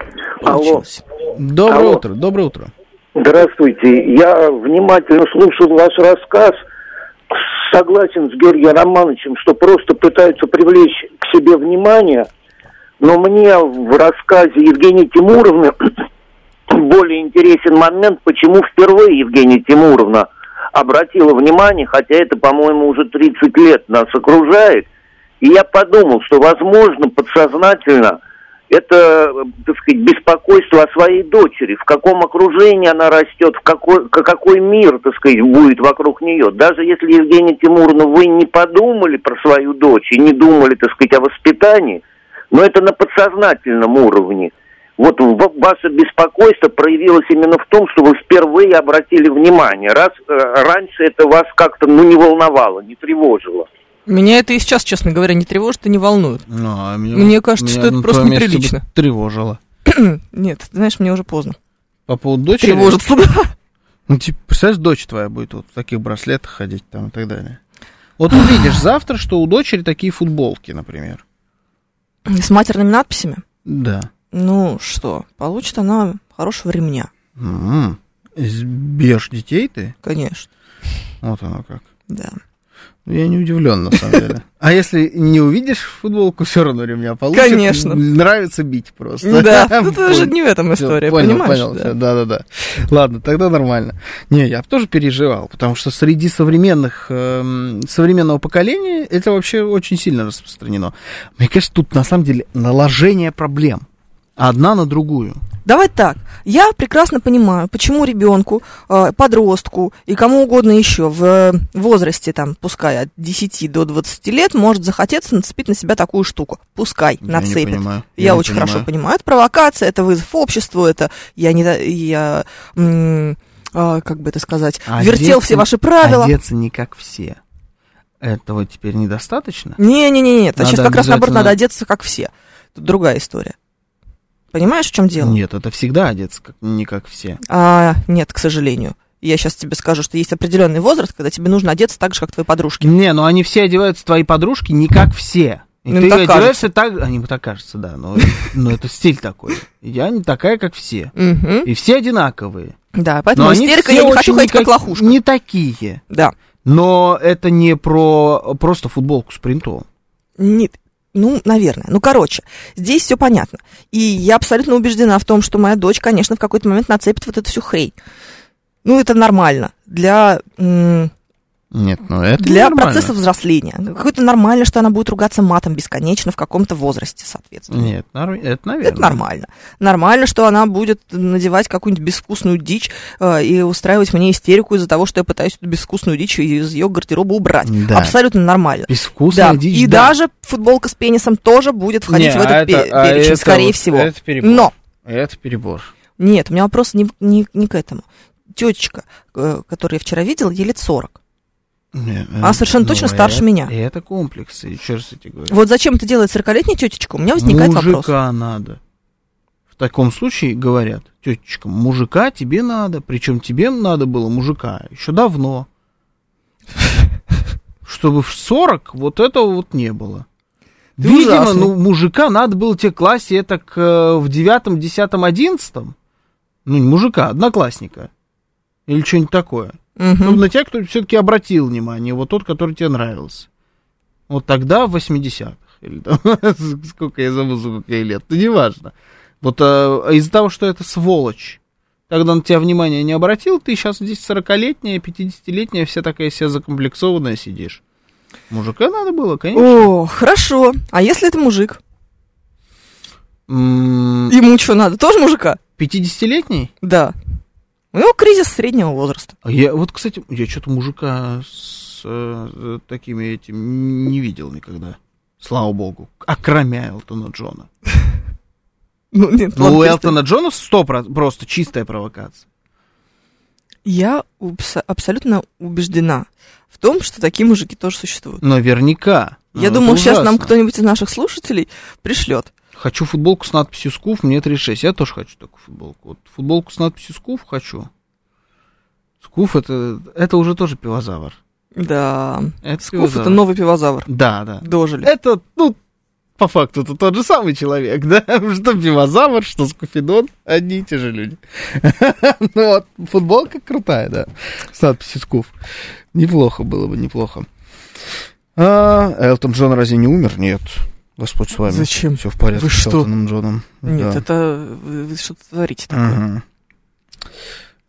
C: Алло.
B: Получилось.
A: Доброе
C: Алло.
A: утро, доброе утро.
C: Здравствуйте. Я внимательно слушал ваш рассказ. Согласен с Георгием Романовичем, что просто пытаются привлечь к себе внимание. Но мне в рассказе Евгении Тимуровны более интересен момент, почему впервые Евгения Тимуровна обратила внимание, хотя это, по-моему, уже 30 лет нас окружает. И я подумал, что, возможно, подсознательно это, э, так сказать, беспокойство о своей дочери, в каком окружении она растет, в какой, к- какой мир, так сказать, будет вокруг нее. Даже если, Евгения Тимуровна, вы не подумали про свою дочь и не думали, так сказать, о воспитании, но это на подсознательном уровне. Вот в- ваше беспокойство проявилось именно в том, что вы впервые обратили внимание. Раз э, раньше это вас как-то ну, не волновало, не тревожило.
B: Меня это и сейчас, честно говоря, не тревожит и не волнует.
A: Ну, а
B: Мне кажется, что это
A: на
B: просто
A: твоем месте
B: неприлично.
A: бы Тревожило.
B: Нет, ты знаешь, мне уже поздно.
A: По поводу дочери.
B: Тревожится, да.
A: Ну, типа, представляешь, дочь твоя будет вот в таких браслетах ходить там и так далее. Вот увидишь завтра, что у дочери такие футболки, например.
B: С матерными надписями?
A: Да.
B: Ну что, получит она хорошего ремня,
A: М, Бьешь М-м. детей ты?
B: конечно,
A: Вот оно как.
B: да.
A: Ну, Я не удивлен, на самом деле. А если не увидишь футболку, все равно ремня получит.
B: Конечно.
A: Нравится бить просто.
B: Да, тут
A: Понял.
B: уже не в этом
A: Всё,
B: история,
A: понял,
B: понимаешь?
A: понял,
B: да.
A: всё, да-да-да. Ладно, тогда нормально. Не, я тоже переживал, потому что среди современных, эм, современного поколения это вообще очень сильно распространено. Мне кажется, тут на самом деле наложение проблем. Одна на другую.
B: Давай так, я прекрасно понимаю, почему ребенку, э, подростку и кому угодно еще в э, возрасте, там, пускай от 10 до 20 лет, может захотеться нацепить на себя такую штуку. Пускай
A: Я не
B: нацепит.
A: понимаю.
B: Я,
A: не
B: очень хорошо
A: понимаю.
B: понимаю. Это провокация, это вызов обществу, это я не да- я м, а, как бы это сказать,
A: А
B: вертел
A: детям-
B: все ваши правила.
A: Одеться не как все. Этого теперь недостаточно?
B: Не-не-не, нет.
A: Надо
B: сейчас как раз наоборот
A: обязательно-
B: надо одеться как все. Тут другая история. Понимаешь, в чем дело?
A: Нет, это всегда одеться как, не как все.
B: А, нет, к сожалению. Я сейчас тебе скажу, что есть определенный возраст, когда тебе нужно одеться так же, как твои подружки.
A: Не, ну они все одеваются, твои подружки, не как все. И
B: Ну,
A: ты
B: так
A: одеваешься так, а, не так кажется, да, но, но это стиль такой. Я не такая, как все.
B: Мгм.
A: И все одинаковые.
B: Да,
A: Но
B: поэтому
A: они
B: истерика,
A: все
B: я не хочу
A: очень
B: ходить как
A: никак-
B: лохушка.
A: Не такие.
B: Да.
A: Но это не про просто футболку с принтом.
B: Нет. Ну, наверное. Ну, короче, здесь все понятно. И я абсолютно убеждена в том, что моя дочь, конечно, в какой-то момент нацепит вот эту всю хрень. Ну, это нормально. Для м,
A: Нет, ну это
B: для
A: нормально.
B: процесса взросления. Какое-то нормально, что она будет ругаться матом бесконечно в каком-то возрасте, соответственно.
A: Нет, нар- это наверное.
B: Это нормально. Нормально, что она будет надевать какую-нибудь безвкусную дичь э, и устраивать мне истерику из-за того, что я пытаюсь эту безвкусную дичь из ее гардероба убрать.
A: Да.
B: Абсолютно нормально.
A: Безвкусная
B: Да.
A: дичь,
B: И
A: да.
B: даже футболка с пенисом тоже будет входить
A: Не,
B: в этот
A: а
B: пе-
A: а
B: перечень,
A: это
B: скорее
A: вот-
B: всего.
A: Это перебор.
B: Но
A: Это перебор.
B: нет, у меня вопрос не, не- не к этому. Тетечка, э, которую я вчера видел, ей лет 40.
A: Не,
B: Она
A: э,
B: совершенно точно
A: ну,
B: старше
A: это-
B: меня.
A: Это комплекс, и черт с этим говорю.
B: Вот зачем это делает 40-летняя тетечка? У меня возникает
A: мужика
B: вопрос.
A: надо. В таком случае говорят, тетечка, мужика тебе надо, причем тебе надо было мужика еще давно. Чтобы в 40 вот этого вот не было.
B: Ты
A: Видимо,
B: ужасный.
A: ну, мужика надо было тебе классе так в девятом, десятом, одиннадцатом. Ну, не мужика, одноклассника. Или что-нибудь такое. Ну,
B: Мгм.
A: на тебя кто-то все-таки обратил внимание, вот тот, который тебе нравился. Вот тогда в 80-х, или там, сколько я забыл, сколько ей лет, ну, неважно. Вот а, из-за того, что это сволочь, тогда на тебя внимание не обратил, ты сейчас здесь 40-летняя, 50-летняя, вся такая вся закомплексованная сидишь. Мужика надо было, конечно.
B: О, хорошо. А если это мужик?
A: М,
B: Ему что надо? Тоже мужика?
A: 50-летний?
B: Да. У него кризис среднего возраста.
A: А Я, вот, кстати, я что-то мужика с э, такими этим не видел никогда. Слава богу. А кроме Элтона Джона.
B: Ну, нет,
A: Ну,
B: ладно,
A: у
B: перестань.
A: Элтона Джона 100% просто чистая провокация.
B: Я абс- абсолютно убеждена в том, что такие мужики тоже существуют.
A: Наверняка.
B: Я
A: Ну,
B: думал,
A: это
B: сейчас нам
A: ужасно.
B: кто-нибудь из наших слушателей пришлет.
A: Хочу футболку с надписью «Скуф», мне 36. Я тоже хочу такую футболку. Вот футболку с надписью «Скуф» хочу. «Скуф» — это, это уже тоже пивозавр.
B: Да.
A: Это ну-
B: Скуф это
A: пивозавр.
B: новый пивозавр.
A: Да, да.
B: Дожили.
A: Это, ну, по факту, это тот же самый человек, да? Что пивозавр, что скуфидон, одни и те же люди. Ну вот, футболка крутая, да, с надписью «Скуф». Неплохо было бы, неплохо. А, Элтон Джон разве не умер? Нет. Господь с вами.
B: Зачем?
A: Все в порядке
B: Вы
A: с
B: что?
A: Элтоном Джоном.
B: Нет,
A: Да.
B: это вы вы что-то творите такое.
A: Мгм.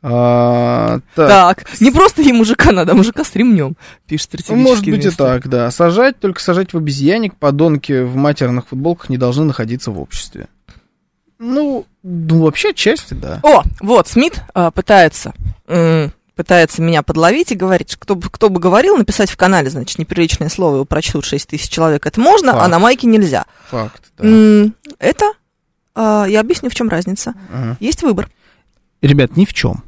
A: А, так.
B: Так, не просто ей мужика надо, а мужика с ремнем, пишет
A: Ну,
B: стратегический
A: Может быть и
B: инвестор.
A: так, да. Сажать, только сажать в обезьянник, подонки в матерных футболках не должны находиться в обществе. Ну, ну вообще отчасти, да.
B: О, вот, Смит а, пытается, м, пытается меня подловить и говорит, что кто, бы- кто бы говорил, написать в канале, значит, неприличное слово, его прочтут 6 тысяч человек, это можно, а
A: Так.
B: на майке нельзя.
A: Факт, да.
B: М, Это, а, я объясню, в чем разница.
A: Ага.
B: Есть выбор.
A: Ребят, ни в чем.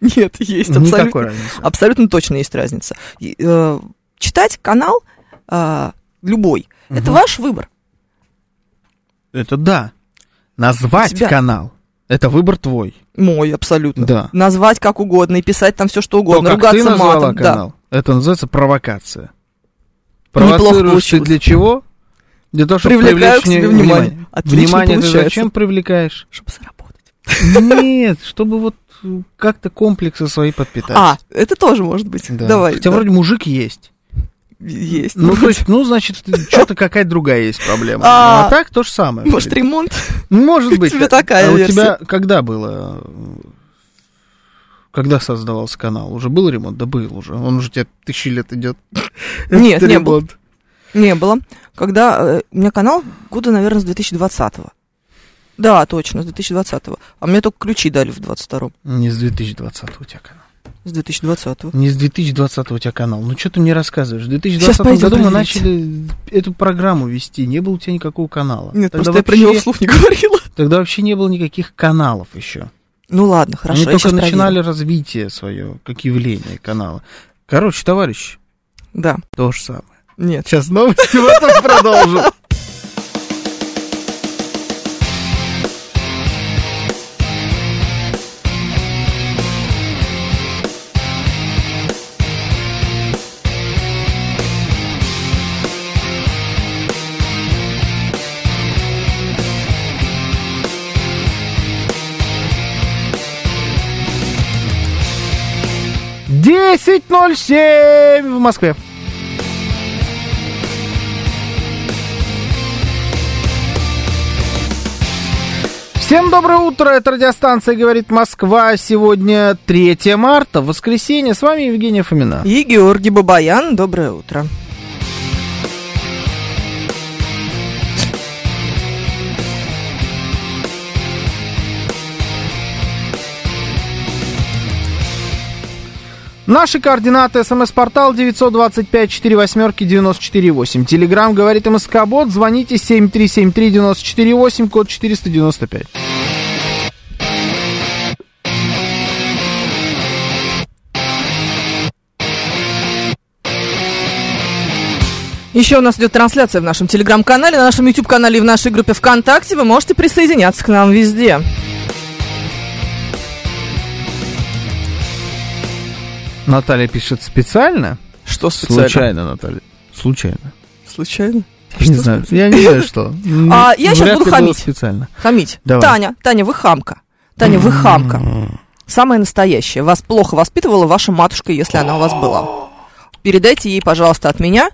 B: Нет, есть
A: Никакой разницы.
B: Абсолютно точно есть разница. И, э, читать канал а, любой, это
A: Мгм.
B: ваш выбор.
A: Это да. Назвать
B: У тебя-
A: канал. Это выбор твой.
B: Мой, абсолютно.
A: Да.
B: Назвать как угодно и писать там все, что
A: То,
B: угодно,
A: как ты
B: ругаться
A: назвала
B: матом. Да.
A: канал, это называется провокация.
B: Неплохо
A: Провоцируешь ты
B: получилось.
A: для чего? Для того, чтобы
B: Привлекаю к
A: привлечь
B: себе
A: вне-
B: внимание. Отлично
A: Внимание ты
B: получается.
A: зачем привлекаешь?
B: Чтобы заработать.
A: Нет, чтобы вот э, как-то комплексы свои подпитать.
B: А, это тоже может быть.
A: Да.
B: Давай.
A: Хотя
B: да.
A: вроде мужик есть.
B: Есть.
A: Ну, то есть, ну, значит, что-то какая-то другая есть проблема.
B: А.
A: Ну, а так то же самое.
B: Может, ремонт?
A: Может
B: у
A: быть.
B: тебя такая
A: А у
B: версия?
A: тебя когда было? э, Когда создавался канал? Уже был ремонт? Да был уже. Он уже тебе тысячи лет идет.
B: Нет,
A: Этот
B: не был.
A: ремонт.
B: Не было. Когда э, у меня канал года, наверное, с 2020-го. Да, точно, с 2020-го. А мне только ключи дали в 22-м.
A: Не с 2020 у тебя канал.
B: С 2020-го.
A: Не с 2020 у тебя канал. Ну, что ты мне рассказываешь? В 2020
B: Сейчас пойдем
A: году мы
B: проверить.
A: начали эту программу вести. Не было у тебя никакого канала.
B: Нет,
A: Тогда
B: просто я про него
A: вообще-
B: вслух не говорила.
A: Тогда вообще не было никаких каналов еще.
B: Ну ладно, хорошо.
A: Они
B: я
A: только
B: щас проверю.
A: начинали развитие свое, как явление канала. Короче, товарищ,
B: Да,
A: то же самое.
B: нет.
A: Сейчас новости, потом продолжим. Десять ноль семь в Москве. Всем доброе утро, это радиостанция «Говорит Москва». Сегодня 3 марта, воскресенье. С вами Евгения Фомина.
B: И Георгий Бабаян, доброе утро.
A: Наши координаты. СМС-портал 925-48-94-8. Телеграмм «Говорит МСК-бот». Звоните 7373-94-8, код 495.
B: Еще у нас идет трансляция в нашем телеграм-канале, на нашем YouTube-канале и в нашей группе ВКонтакте. Вы можете присоединяться к нам везде.
A: Наталья пишет специально?
B: Что
A: Наталья. Случайно.
B: Случайно?
A: Не знаю, я не знаю, что.
B: А, я щас
A: Вряд
B: буду
A: ли было
B: хамить.
A: специально.
B: Хамить.
A: Давай. М-м-м.
B: Таня, Таня, вы хамка. Таня, вы хамка. Самая настоящая. Вас плохо воспитывала ваша матушка, если она у вас была. Передайте ей, пожалуйста, от меня,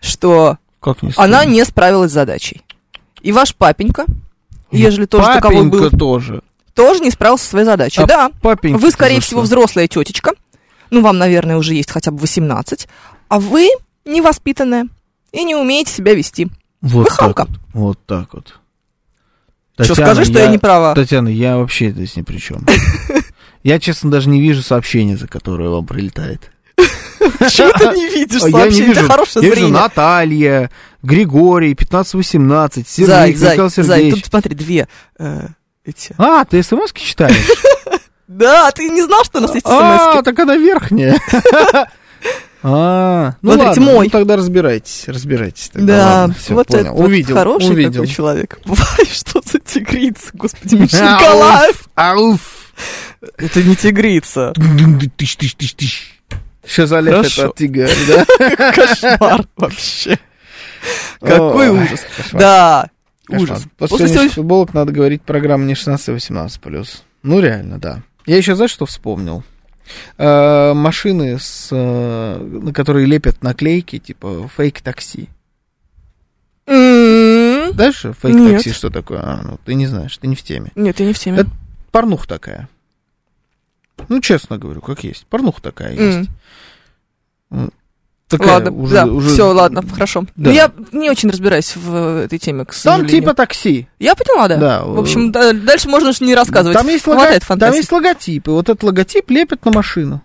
B: что
A: Как не
B: она
A: стыдно?
B: не справилась с задачей. И ваш папенька, ежели тоже таковой
A: Папенька
B: был,
A: тоже.
B: тоже не справился со своей задачей.
A: А
B: да,
A: Папенька
B: вы, скорее всего, взрослая тетечка. Ну, вам, наверное, уже есть хотя бы 18. А вы невоспитанная и не умеете себя вести.
A: Вот
B: хамка.
A: так вот. Вот так вот.
B: Что, скажи, что я не права.
A: Татьяна, я вообще здесь ни при чем. Я, честно, даже не вижу сообщения, за которое вам прилетает.
B: Чего ты не видишь
A: А Я не
B: сообщение?
A: вижу.
B: Это хорошее
A: Я вижу
B: зрение.
A: Наталья, Григорий, 15-18,
B: Зай,
A: Сергей,
B: зай,
A: Михаил
B: зай,
A: Сергеевич.
B: тут смотри, две э, эти.
A: А, ты смс читаешь?
B: Да, ты не знал, что у нас есть
A: А,
B: смс
A: так она верхняя. А, ну
B: Смотрите,
A: ладно,
B: мой.
A: ну тогда разбирайтесь, разбирайтесь. тогда,
B: Да,
A: ладно, всё,
B: вот
A: понял.
B: это вот
A: увидел,
B: хороший
A: увидел. А,
B: такой человек. Бывает, что за тигрица, господи, Миша
A: Ауф,
B: Николаев.
A: а Ауф!
B: Это не тигрица,
A: Тыщ, тыщ, тыщ, тыщ. Что за лев
B: Хорошо.
A: это от тигра, да?
B: кошмар вообще. Какой
A: Ой,
B: ужас.
A: кошмар.
B: Да,
A: Кошмар.
B: ужас.
A: После,
B: После
A: сегодняшних
B: сегодня-
A: футболок надо говорить программа не 16, а 18 плюс. Ну, реально, да. Я еще, знаешь, что вспомнил? Э, машины, с, э, на которые лепят наклейки, типа фейк-такси.
B: М,
A: Знаешь, что фейк-такси
B: Нет.
A: что такое? А, ну, ты не знаешь, ты не в теме.
B: Нет, я не в теме.
A: Это порнуха такая. Ну, честно говорю, как есть. Порнуха такая
B: М.
A: есть. М, такая
B: Ладно,
A: уже-
B: да,
A: уже-
B: все, ладно, хорошо.
A: Да.
B: Ну, я не очень разбираюсь в этой теме, к
A: Там
B: сожалению.
A: типа такси.
B: Я поняла, да.
A: Да,
B: В общем, да, дальше можно уж не рассказывать.
A: Там есть, лого-
B: Хватает
A: там
B: фантазии.
A: есть логотип, и вот этот логотип лепят на машину.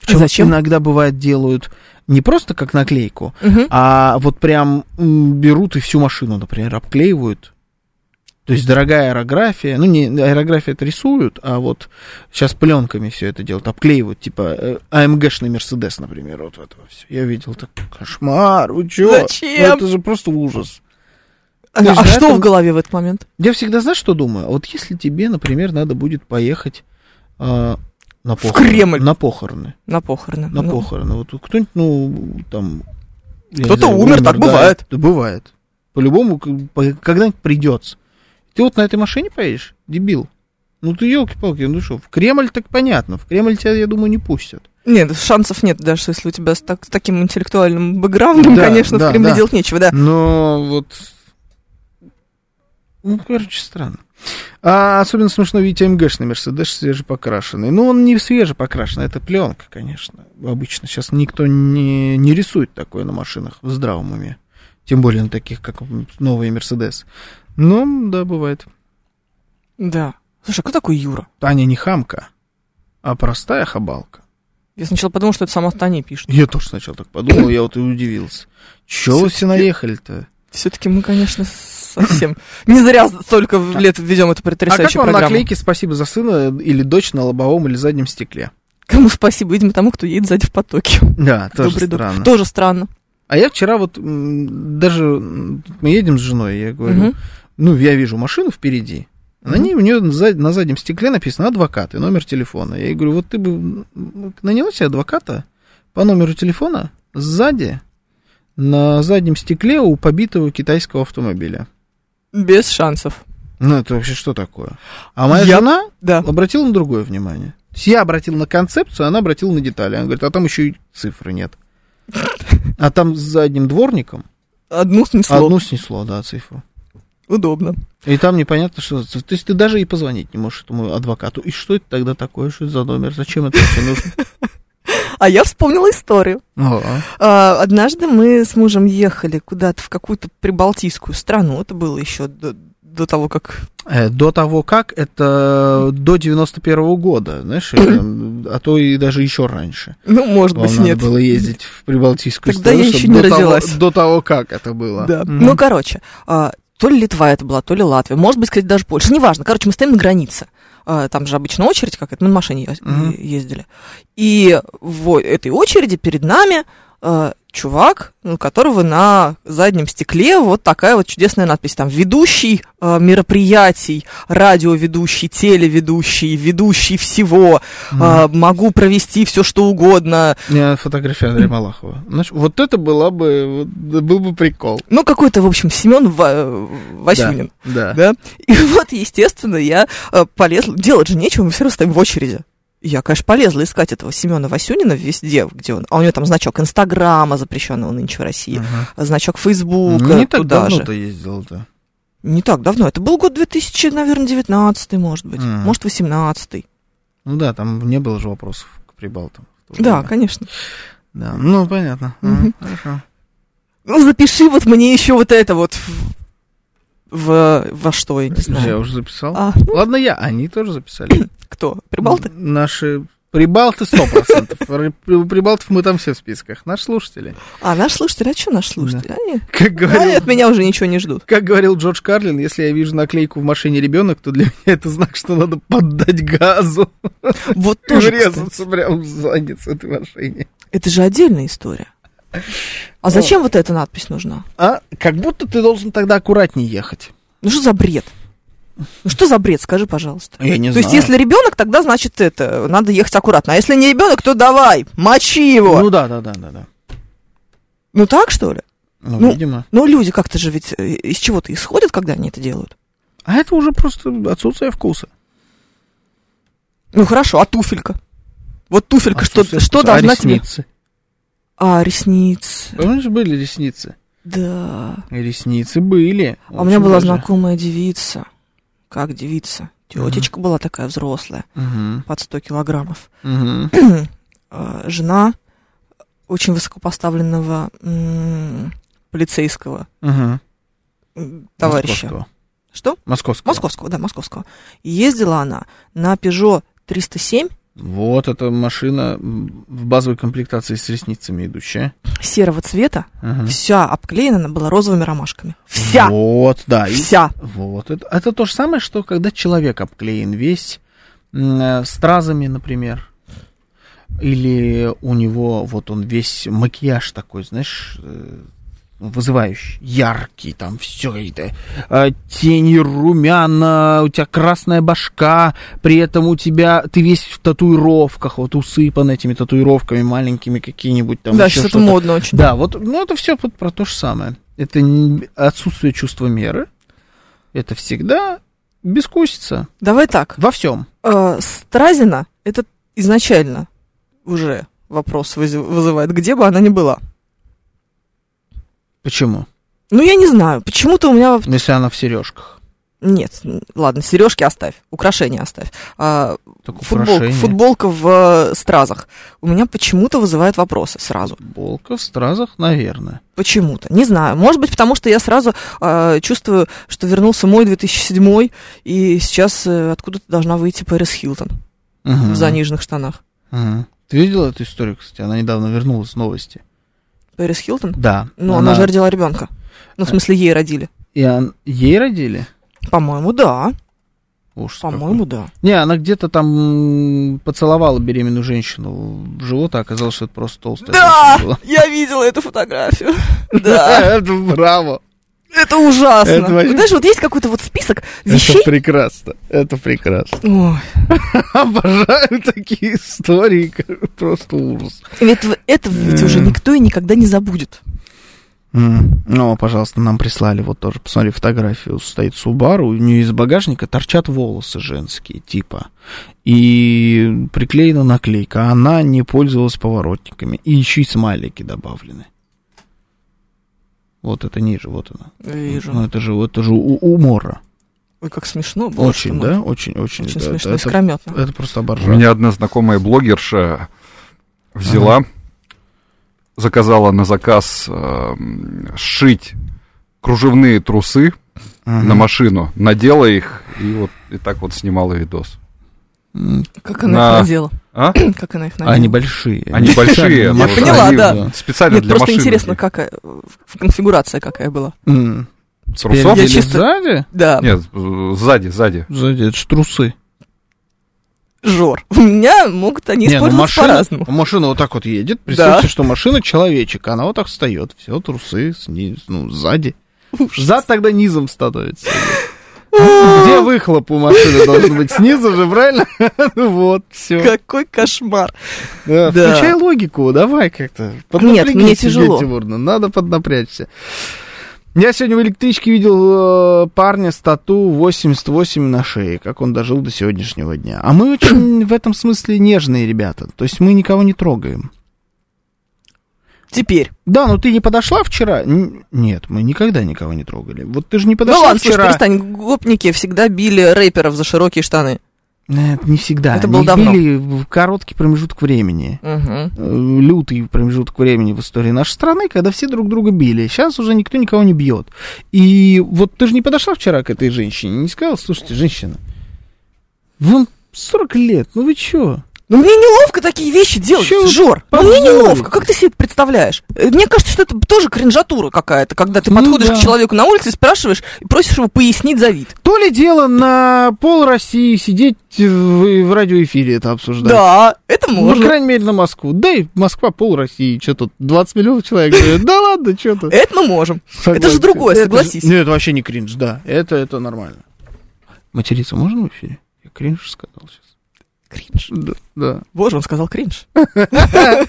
A: Причём
B: Зачем?
A: Иногда бывает делают не просто как наклейку,
B: Мгм.
A: а вот прям м, берут и всю машину, например, обклеивают. То есть дорогая аэрография, ну не аэрография это рисуют, а вот сейчас пленками все это делают, обклеивают, типа э, АМГшный Мерседес, например, вот этого все. Я видел так, кошмар, вы чё?
B: Зачем?
A: Ну, это же просто ужас.
B: А,
A: ты же
B: а
A: до
B: что
A: этого-
B: в голове в этот момент?
A: Я всегда, знаешь, что думаю? Вот если тебе, например, надо будет поехать э, на
B: В
A: похороны-
B: Кремль.
A: На похороны.
B: На похороны.
A: на
B: Ну,
A: похороны. Вот кто-нибудь, ну, там... я не
B: Кто-то умер, так
A: да,
B: бывает.
A: Да, бывает. По-любому, к- по- когда-нибудь придется. Ты вот на этой машине поедешь, дебил? Ну ты елки-палки, ну что, в Кремль так понятно. В Кремль тебя, я думаю, не пустят.
B: Нет, шансов нет, даже если у тебя с, так- с таким интеллектуальным бэкграундом,
A: Да,
B: конечно,
A: да,
B: в Кремле
A: да.
B: делать нечего, да.
A: Но вот... Ну, короче, странно. А особенно смешно видеть МГшный Мерседес свежепокрашенный. Ну, он не свежепокрашенный, это пленка, конечно. Обычно сейчас никто не, не рисует такое на машинах в здравом уме. Тем более на таких, как м, новый Мерседес. Ну, да, бывает.
B: Да. Слушай, а кто такой Юра?
A: Таня не хамка, а простая хабалка.
B: Я сначала подумал, что это сама Таня пишет.
A: Я тоже сначала так подумал, я вот и удивился. Чего вы все наехали-то?
B: Все-таки мы, конечно, совсем не зря столько лет ведем эту
A: А как
B: потрясающую
A: вам
B: программу.
A: наклейки «Спасибо за сына» или «Дочь» на лобовом или заднем стекле?
B: Кому спасибо, видимо, тому, кто едет сзади в потоке.
A: Да, тоже
B: Добрый друг.
A: странно.
B: Тоже странно.
A: А я вчера вот м, даже м, мы едем с женой, я говорю,
B: Мгм.
A: ну, я вижу машину впереди, на
B: Мгм.
A: ней, у нее на заднем стекле написано «Адвокат» и номер телефона. Я ей говорю, вот ты бы м, наняла себе адвоката по номеру телефона сзади на заднем стекле у побитого китайского автомобиля.
B: Без шансов.
A: Ну, это вообще что такое? А моя
B: Я-
A: жена
B: Да.
A: обратила на другое внимание. То есть я обратил на концепцию, она обратила на детали. Она говорит, а там еще и цифры нет. А там с задним дворником
B: Одну снесло.
A: одну снесло, да, цифру.
B: Удобно.
A: И там непонятно, что... за цифра. То есть ты даже и позвонить не можешь этому адвокату. И что это тогда такое? Что это за номер? Зачем это все нужно?
B: А я вспомнила историю.
A: Ага.
B: А, Однажды мы с мужем ехали куда-то в какую-то прибалтийскую страну. Это было еще до, до того, как...
A: Э, До того как, это до 91 года, знаешь, э, а то и даже еще раньше.
B: Ну, может
A: Вам
B: быть,
A: надо
B: нет.
A: было ездить в Прибалтийскую
B: Тогда
A: страну,
B: я
A: чтоб
B: еще не
A: до того-
B: родилась.
A: до того, как это было.
B: Да.
A: Мгм.
B: Ну, короче, а, то ли Литва это была, то ли Латвия. Может быть, кстати, даже Польша. Неважно. Короче, мы стоим на границе. А, Там же обычно очередь какая-то. Мы на машине е-
A: Мгм.
B: ездили. И в о- этой очереди перед нами э, чувак, у которого на заднем стекле вот такая вот чудесная надпись. Там ведущий э, мероприятий, радиоведущий, телеведущий, ведущий всего, э, могу провести все что угодно.
A: меня Э, фотография Андрея Малахова. Знаешь, вот это была бы, вот, был бы прикол.
B: Ну, какой-то, в общем, Семен Ва- Васюнин.
A: Да.
B: Да? И вот, естественно, я э, полезла. Делать же нечего, мы все равно стоим в очереди. Я, конечно, полезла искать этого Семена Васюнина везде, где он. А у него там значок Инстаграма, запрещенного нынче в России,
A: Ага.
B: значок Фейсбука,
A: Ну, Не так
B: Ну, туда же.
A: давно-то ездил-то.
B: Не так давно. Это был год 2000, наверное, 19 может быть.
A: Мгм.
B: Может, 18
A: Ну да, там не было же вопросов к Прибалтам. в то
B: Да,
A: время.
B: конечно.
A: Да, ну понятно. Мгм,
B: Мгм.
A: хорошо.
B: Ну, запиши вот мне еще вот это вот в- в- во что, я не
A: Я
B: знаю.
A: уже записал.
B: А,
A: Ладно, я. Они тоже записали.
B: кто? Прибалты?
A: Наши прибалты 100%. При- при- Прибалтов мы там все в списках. Наши слушатели.
B: А, наш слушатель, а что наш слушатель? Они,
A: Как
B: они
A: говорил,
B: от меня уже ничего не ждут.
A: как говорил Джордж Карлин, если я вижу наклейку в машине ребенок, то для меня это знак, что надо поддать газу.
B: Вот
A: и
B: тоже, кстати.
A: врезаться прям в задницу этой машине.
B: Это же отдельная история.
A: Ну,
B: А зачем вот эта надпись нужна?
A: А как будто ты должен тогда аккуратнее ехать.
B: Ну что за бред? Ну что за бред, скажи, пожалуйста.
A: Я не
B: То есть, если ребенок, тогда значит это, надо ехать аккуратно. А если не ребенок, то давай, мочи его.
A: Ну
B: Ну,
A: да, да, да, да, да.
B: так что ли?
A: Ну,
B: Ну,
A: видимо.
B: Ну люди как-то же ведь э, из чего-то исходят, когда они это делают.
A: А это уже просто отсутствие вкуса.
B: Ну хорошо, а туфелька? Вот туфелька, что,
A: Отсутствие
B: что
A: вкуса. А
B: должна тебе...
A: ресницы?
B: А, ресницы.
A: Помнишь, были ресницы?
B: Да.
A: Ресницы были.
B: а у меня
A: Очень
B: была
A: даже.
B: знакомая девица. Как девица?
A: Мгм.
B: Тетечка была такая взрослая,
A: Мгм,
B: под 100 килограммов.
A: мгм.
B: э, жена очень высокопоставленного м, полицейского
A: Мгм.
B: м, товарища.
A: Московского.
B: Что?
A: Московского.
B: Московского, да, московского. И ездила она на Peugeot 307
A: Вот эта машина м, в базовой комплектации с ресницами идущая.
B: серого цвета,
A: Мгм.
B: вся обклеена она была розовыми ромашками. Вся!
A: Вот, да. и-
B: Вся!
A: Вот. Это, это то же самое, что когда человек обклеен весь м, э, стразами, например. Или у него вот он весь макияж такой, знаешь, э, вызывающий, яркий, там все это, э, тени румяна, у тебя красная башка, при этом у тебя, ты весь в татуировках, вот усыпан этими татуировками маленькими какие-нибудь там.
B: да,
A: ещё
B: сейчас это
A: что-то.
B: модно очень.
A: Да, вот, ну это все про то же самое. Это не- отсутствие чувства меры. Это всегда бескусица
B: Давай так.
A: во всем.
B: э, Стразина это изначально уже вопрос вызы- вызывает, где бы она ни была.
A: Почему?
B: Ну, я не знаю, почему-то у меня
A: Ну, Если она в сережках.
B: Нет, н- ладно, сережки оставь, украшения оставь. А,
A: Так
B: футболка-
A: украшение.
B: футболка в э, стразах. У меня почему-то вызывает вопросы сразу.
A: Футболка в стразах, наверное.
B: Почему-то. Не знаю. Может быть, потому что я сразу э, чувствую, что вернулся мой 2007 и сейчас э, откуда-то должна выйти Пэрис Хилтон
A: Мгм.
B: в заниженных штанах.
A: Мгм. Ты видела эту историю, кстати? Она недавно вернулась с новости.
B: Пэрис Хилтон?
A: Да.
B: Ну, она... же родила ребенка. Ну,
A: Э.
B: в смысле, ей родили.
A: И он- Ей родили?
B: По-моему, да.
A: Ужас какой.
B: По-моему, да.
A: Не, она где-то там м, поцеловала беременную женщину в живот, а оказалось, что это просто толстая
B: Да!
A: женщина была. Э,
B: Я видела эту фотографию. Да.
A: Это браво!
B: Это ужасно.
A: Это вообще-
B: Знаешь, вот есть какой-то вот список
A: Это
B: вещей.
A: прекрасно. Это прекрасно.
B: Ой,
A: Обожаю такие истории, как- просто ужас.
B: Ведь в- это ведь уже никто и никогда не забудет.
A: Ну, пожалуйста, нам прислали вот тоже, посмотри фотографию, стоит Субару, у нее из багажника торчат волосы женские, типа, и приклеена наклейка, а она не пользовалась поворотниками, и еще и смайлики добавлены. Вот это ниже, вот она. Ну,
B: Вижу.
A: это же, это же у- умора.
B: Ой, как смешно. боже
A: Очень,
B: мой.
A: да? Очень, очень.
B: Очень
A: да,
B: смешно,
A: это-
B: искрометно.
A: Это, просто
D: У
A: обожаю.
D: меня одна знакомая блогерша взяла, заказала на заказ эм, сшить кружевные трусы
A: Мгм.
D: на машину, надела их и вот и так вот снимала видос.
A: М,
B: Как она
D: На-
B: их надела?
D: А?
B: Как она их надела?
A: Они большие.
D: Они
A: специально
D: большие. но
B: Я
A: не-
D: вот
B: поняла,
D: они
B: да.
D: Специально
B: Нет,
D: для
B: просто
D: машины.
B: интересно, какая в- конфигурация какая была.
A: М.
D: Трусов?
B: Я
A: Спереди или
B: чисто-
A: сзади?
B: Да.
D: Нет, э, сзади, сзади.
A: Сзади, это ж трусы.
B: Жор. У меня могут они
A: Не, ну
B: использоваться
A: машина,
B: по-разному.
A: машина вот так вот едет. Представьте, что машина человечек, она вот так встает. Все, трусы с ней, ну, сзади. Зад тогда низом становится. Где выхлоп у машины должен быть? Снизу же, правильно? Ну вот, все.
B: Какой кошмар. да.
A: Э, Включай логику, давай как-то.
B: Нет, мне
A: Поднапрягись, Евгения
B: тяжело.
A: Тимуровна, надо поднапрячься. Я сегодня в электричке видел э, парня с тату 88 на шее, как он дожил до сегодняшнего дня. А мы очень в этом смысле нежные ребята, то есть мы никого не трогаем.
B: Теперь.
A: Да, но ты не подошла вчера? Н- нет, мы никогда никого не трогали. Вот ты же не
B: Ну
A: подошла
B: ладно, слушай,
A: вчера.
B: перестань. Гопники всегда били рэперов за широкие штаны.
A: Нет, не всегда.
B: Это
A: Они
B: было
A: их
B: давно.
A: били в короткий промежуток времени.
B: Мгм.
A: Э, лютый промежуток времени в истории нашей страны, когда все друг друга били. Сейчас уже никто никого не бьет. И вот ты же не подошла вчера к этой женщине, не сказала, слушайте, женщина, вам 40 лет, ну вы чё?
B: Ну мне неловко такие вещи делать,
A: Чё вы
B: Жор. Ну мне
A: позорите?
B: неловко. Как ты себе это представляешь? Э, Мне кажется, что это тоже кринжатура какая-то, когда ты
A: Ну
B: подходишь
A: да.
B: к человеку на улице и спрашиваешь, и просишь его пояснить за вид.
A: То ли дело на пол России сидеть в, в радиоэфире это обсуждать.
B: Да, это
A: Ну, по
B: можно.
A: крайней мере, на Москву. Да и Москва, пол России. Что тут, 20 миллионов человек? говорят, Да ладно, что тут.
B: Это мы можем. Это же
A: Согласен.
B: другое,
A: Это же-
B: согласись.
A: Нет, это вообще не кринж, да. Это, это нормально. Материться можно в эфире? Я кринж сказал сейчас.
B: Кринж.
A: Да. да.
B: Боже, он сказал кринж. Какой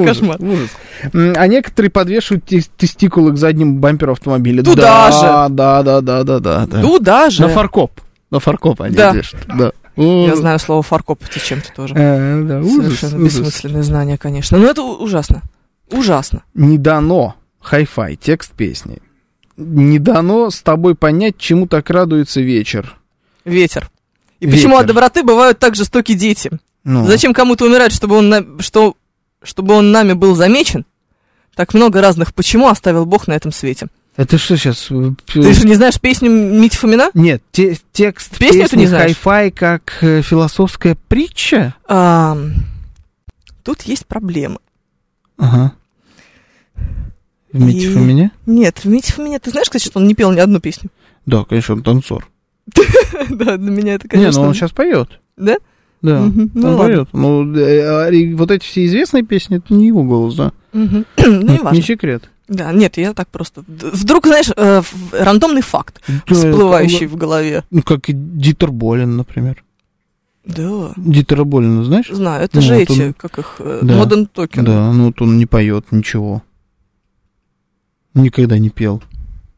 A: Ужас,
B: кошмар.
A: ужас. М, А некоторые подвешивают те- тестикулы к заднему бамперу автомобиля.
B: Туда
A: да, Да, да, да, да, А, да. да.
B: Туда Ну же.
A: На фаркоп. На фаркоп они
B: Да.
A: вешают. Да.
B: Я
A: Ужас.
B: знаю слово фаркоп зачем-то тоже.
A: Э, да, ужас,
B: Совершенно
A: ужас.
B: бессмысленное знание, конечно. Но это у- ужасно. Ужасно.
A: Не дано хай-фай, текст песни. Не дано с тобой понять, чему так радуется вечер.
B: Ветер. И
A: Ветер.
B: почему от доброты бывают так жестоки дети?
A: Ну,
B: Зачем кому-то умирать, чтобы он, на- что, чтобы он нами был замечен? Так много разных «почему» оставил Бог на этом свете.
A: Это что сейчас? Э,
B: Ты же не знаешь песню Мити Фомина?
A: Нет, те- текст
B: Песню ты
A: песни
B: не знаешь?
A: хай-фай как э, философская притча.
B: Ам, тут есть проблема.
A: Ага. В
B: И-
A: меня?
B: Нет, в Мити Фомине, ты знаешь, кстати, что он не пел ни одну песню?
A: Да, конечно, он танцор.
B: да, для меня это, конечно...
A: Не, ну он сейчас поет.
B: Да?
A: Да.
B: Мгм, ну
A: он
B: ладно.
A: поет. Ну, э, а, и вот эти все известные песни, это не его голос, да?
B: Мгм. Ну, не
A: Это
B: важно.
A: не секрет.
B: Да, нет, я так просто... Д- Вдруг, знаешь, э, в- рандомный факт,
A: Да,
B: всплывающий
A: это-
B: в голове.
A: Ну, как и Дитер Болин, например.
B: Да,
A: Дитера Болина, знаешь?
B: знаю, это
A: Ну,
B: же
A: вот
B: эти,
A: он-
B: как их, э,
A: Да.
B: Modern Token.
A: Да, ну вот он не поет ничего. Никогда не пел.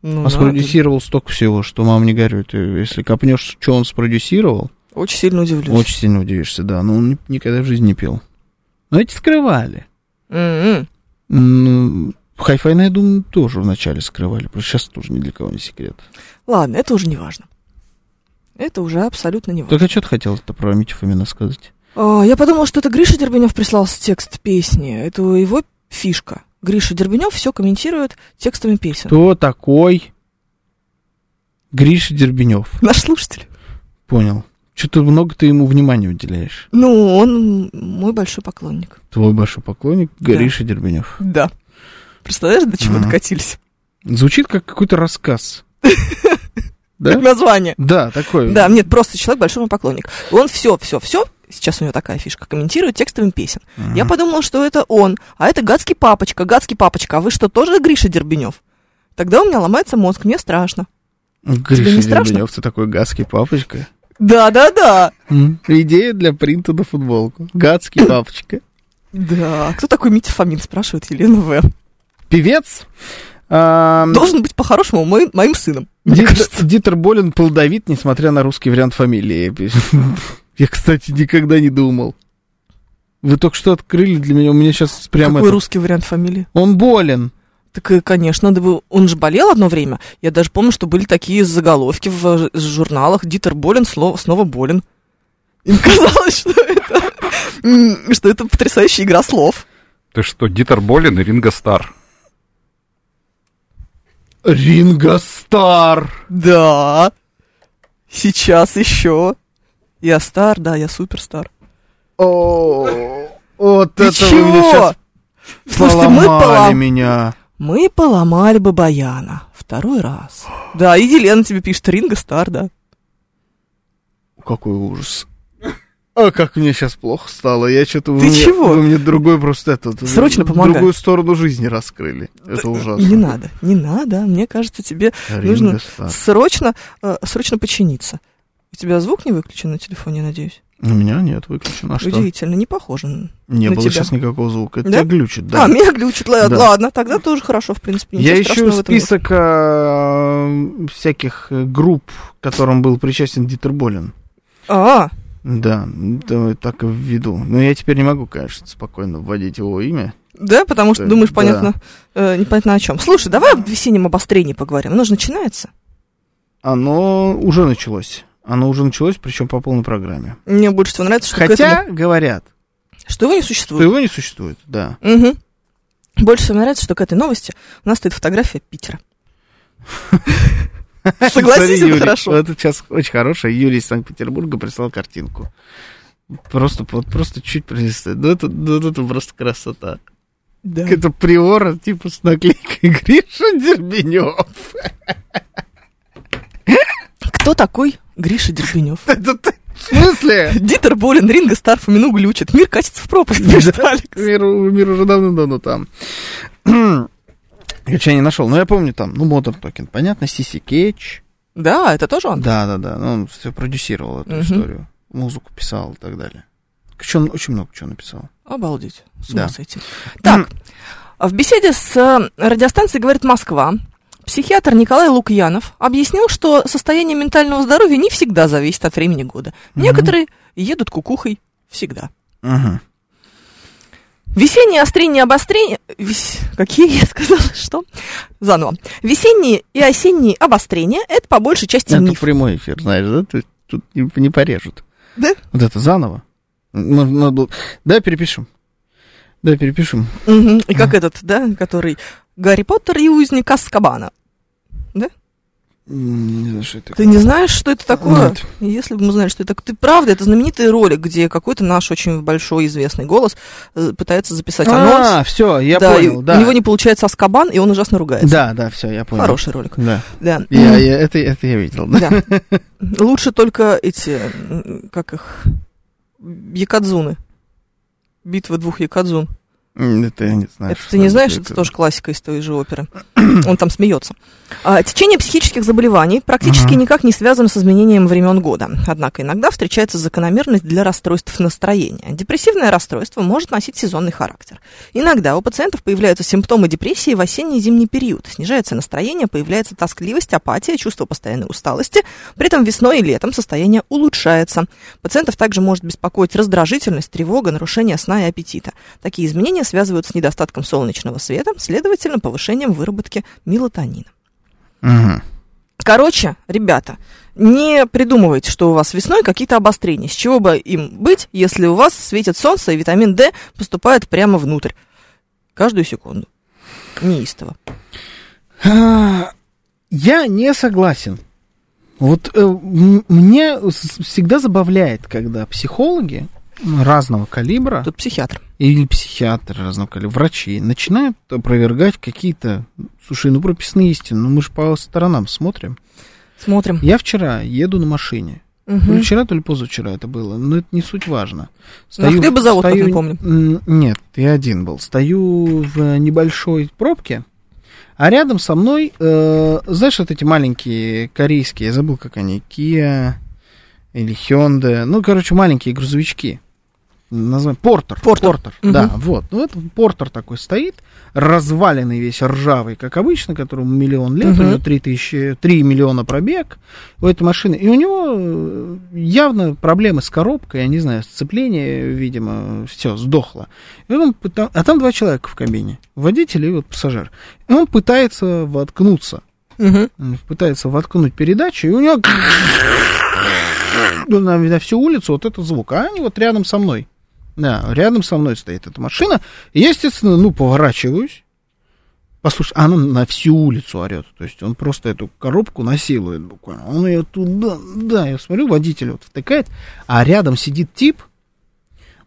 B: Ну,
A: А
B: надо же.
A: спродюсировал столько всего, что мам не горюй. Ты, если копнешь, что он спродюсировал,
B: Очень сильно удивлюсь.
A: очень сильно удивишься, да. Но он ни- никогда в жизни не пел. Но Ну, эти скрывали.
B: М-м.
A: М, Хай-файна, Ну, я думаю, тоже вначале скрывали. Потому что сейчас тоже ни для кого не секрет.
B: Ладно, это уже не важно. Это уже абсолютно не важно.
A: Только что ты хотел-то про Митю Фомина сказать?
B: А, я подумала, что это Гриша Дербенев прислал с- текст песни. Это его фишка. Гриша Дербенев все комментирует текстами песен.
A: Кто такой Гриша Дербенев?
B: Наш слушатель.
A: Понял. Что-то много ты ему внимания уделяешь.
B: Ну, он мой большой поклонник.
A: Твой большой поклонник
B: Да.
A: Гриша Дербенев.
B: Да. Представляешь, до чего
A: Мгм.
B: докатились?
A: Звучит как какой-то рассказ.
B: Как
A: Да? Э.
B: название.
A: Да, такой.
B: Да, нет, просто человек большой мой поклонник. Он все, все, все, сейчас у него такая фишка, комментирует текстовым песен.
A: Мгм.
B: Я подумала, что это он, а это гадский папочка, гадский папочка, а вы что, тоже Гриша Дербенев? Тогда у меня ломается мозг, мне страшно.
A: Гриша
B: не страшно?
A: Дербенев, ты такой гадский папочка.
B: Да-да-да.
A: Идея для принта на футболку. Гадский папочка.
B: Да. Кто такой Митя Фомин, спрашивает Елена В.
A: Певец. а,
B: Должен быть по-хорошему мой- моим сыном. Мне
A: Дит-
B: кажется.
A: Дитер Болин плодовит, несмотря на русский вариант фамилии. Я, кстати, никогда не думал. Вы только что открыли для меня, у меня сейчас прямо...
B: Какой
A: это-
B: русский вариант фамилии?
A: Он болен.
B: Так, э, конечно, надо бы... Он же болел одно время. Я даже помню, что были такие заголовки в ж- журналах. Дитер болен, сло- снова болен. Им казалось, что это, м, что это потрясающая игра слов.
D: Ты что, Дитер Болин и Ринго Стар?
A: Ринго Стар.
B: Да. Сейчас еще. Я стар, да, я суперстар.
A: О, Вот
B: Ты
A: это вы мне
B: чего?
A: сейчас
B: Слушайте, мы
A: поломали
B: полом-
A: меня.
B: Мы поломали бы Баяна. Второй раз. Да, и Елена тебе пишет, Ринга Стар, да.
A: Какой ужас. а как мне сейчас плохо стало, я что-то...
B: Ты чего?
A: Вы мне другой просто это... вот,
B: Срочно помогай.
A: Другую сторону жизни раскрыли. Это ужасно.
B: Не надо, не надо. Мне кажется, тебе
A: Ринго
B: нужно
A: Старр.
B: срочно, э, срочно починиться. У тебя звук не выключен на телефоне, я надеюсь?
A: У меня нет, выключено. А что?
B: Удивительно, не похоже. на-
A: Не
B: на
A: было
B: тебя.
A: сейчас никакого звука. Это
B: Да?
A: тебя глючит, да.
B: А, меня глючит. Ла-
A: Да.
B: Ладно, тогда тоже хорошо, в принципе.
A: Я
B: ничего
A: ищу
B: страшного в этом нет.
A: список э, всяких э, групп, к которым был причастен Дитер Болин.
B: А,
A: Да, да, так и ввиду. Но я теперь не могу, конечно, спокойно вводить его имя.
B: да, потому что
A: Э,
B: думаешь,
A: да.
B: понятно, э, непонятно о чем. Слушай, давай об весеннем обострении поговорим. Оно же начинается.
A: Оно уже началось. Оно уже началось, причем по полной программе.
B: Мне больше всего нравится, что, к этому-
A: Хотя говорят,
B: что его не
A: что
B: существует.
A: его не существует, да.
B: Мгм. Больше всего нравится, что к этой новости у нас стоит фотография Питера. Согласись,
A: Смотри,
B: это
A: Юрий,
B: хорошо.
A: Это сейчас очень хорошая. Юрий из Санкт-Петербурга прислал картинку. Просто, вот просто чуть присылает. Ну, это, ну, это просто красота.
B: Да.
A: Это приора, типа с наклейкой Гриша Дербенев.
B: Кто такой Гриша Дербенев?
A: Это ты в смысле?
B: Дитер Болин, Ринго Стар, Фомину глючит. Мир катится в пропасть, пишет Алекс.
A: Мир, мир уже давно-давно там. Я тебя не нашел, но я помню там, ну, Мотор Токен, понятно, Сиси Кетч.
B: Да, это тоже он.
A: Да-да-да, ну, он все продюсировал эту
B: Мгм.
A: историю, музыку писал и так далее. Чё он- очень много чего написал.
B: Обалдеть. С
A: Да.
B: ума сойти. Так, в беседе с э, радиостанцией «Говорит Москва» психиатр Николай Лукьянов объяснил, что состояние ментального здоровья не всегда зависит от времени года.
A: Мгм.
B: Некоторые едут кукухой всегда.
A: Мгм.
B: Весенние острение обострение... Вес- Какие я сказала? Что? Заново. Весенние и осенние обострения – это по большей части
A: Это
B: миф.
A: прямой эфир, знаешь, да? То есть тут не, не порежут.
B: Да?
A: Вот это заново. Ну, надо было- Да, перепишем. Да, перепишем.
B: Мгм. И как этот, да, который Гарри Поттер и узник Аскабана.
A: М, Не знаю, что это
B: Ты не знаешь, что это
A: А,
B: такое?
A: Нет.
B: Если бы мы знали, что это такое. Ты правда, это знаменитый ролик, где какой-то наш очень большой известный голос э, пытается записать анонс.
A: А, все, я
B: Да, и
A: понял, да.
B: У него не получается Аскабан, и он ужасно ругается.
A: Да, да, все, я понял.
B: Хороший ролик.
A: Да.
B: Да.
A: Я, я- это, это я видел, да.
B: Да. Лучше только эти, м, как их, якадзуны. Битва двух якадзун.
A: М, Это я не знаю.
B: это ты не знаешь, это
A: это
B: тоже классика из той же оперы. Он там смеется. А, течение психических заболеваний практически
A: Ага.
B: никак не связано с изменением времен года. Однако иногда встречается закономерность для расстройств настроения. Депрессивное расстройство может носить сезонный характер. Иногда у пациентов появляются симптомы депрессии в осенний и зимний период. Снижается настроение, появляется тоскливость, апатия, чувство постоянной усталости. При этом весной и летом состояние улучшается. Пациентов также может беспокоить раздражительность, тревога, нарушение сна и аппетита. Такие изменения связывают с недостатком солнечного света, следовательно, повышением выработки мелатонина.
A: Мгм.
B: Короче, ребята, не придумывайте, что у вас весной какие-то обострения. С чего бы им быть, если у вас светит солнце и витамин D поступает прямо внутрь? Каждую секунду. Неистово.
A: А, Я не согласен. Вот э, м- мне с- всегда забавляет, когда психологи разного калибра
B: Тут психиатр.
A: или психиатры разного калибра, врачи, начинают опровергать какие-то, слушай, ну прописные истины, ну мы же по сторонам смотрим.
B: Смотрим.
A: Я вчера еду на машине, То ли
B: Мгм. Ну, а
A: вчера, то ли позавчера это было. Но это не суть важно.
B: На хлебозавод, как мы помним.
A: м, Нет, я один был. Стою в э, небольшой пробке, а рядом со мной, э, знаешь, вот эти маленькие корейские, я забыл, как они, Kia или Hyundai, ну, короче, маленькие грузовички. Название Портер.
B: Портер. Мгм.
A: да, вот. Ну, это Портер такой стоит, разваленный весь, ржавый, как обычно, которому миллион лет,
B: Мгм.
A: у него 3, тысячи, 3 миллиона пробег, у этой машины. И у него э, явно проблемы с коробкой, я не знаю, сцепление, видимо, все, сдохло. И он пыта- А там два человека в кабине, водитель и вот пассажир. И он пытается воткнуться,
B: Мгм.
A: м, пытается воткнуть передачу, и у него ну, на, на всю улицу вот этот звук. А они вот рядом со мной. Да, рядом со мной стоит эта машина. И я, естественно, ну, поворачиваюсь. Послушай, а она на всю улицу орет. То есть он просто эту коробку насилует буквально. Он ее туда, да, я смотрю, водитель вот втыкает, а рядом сидит тип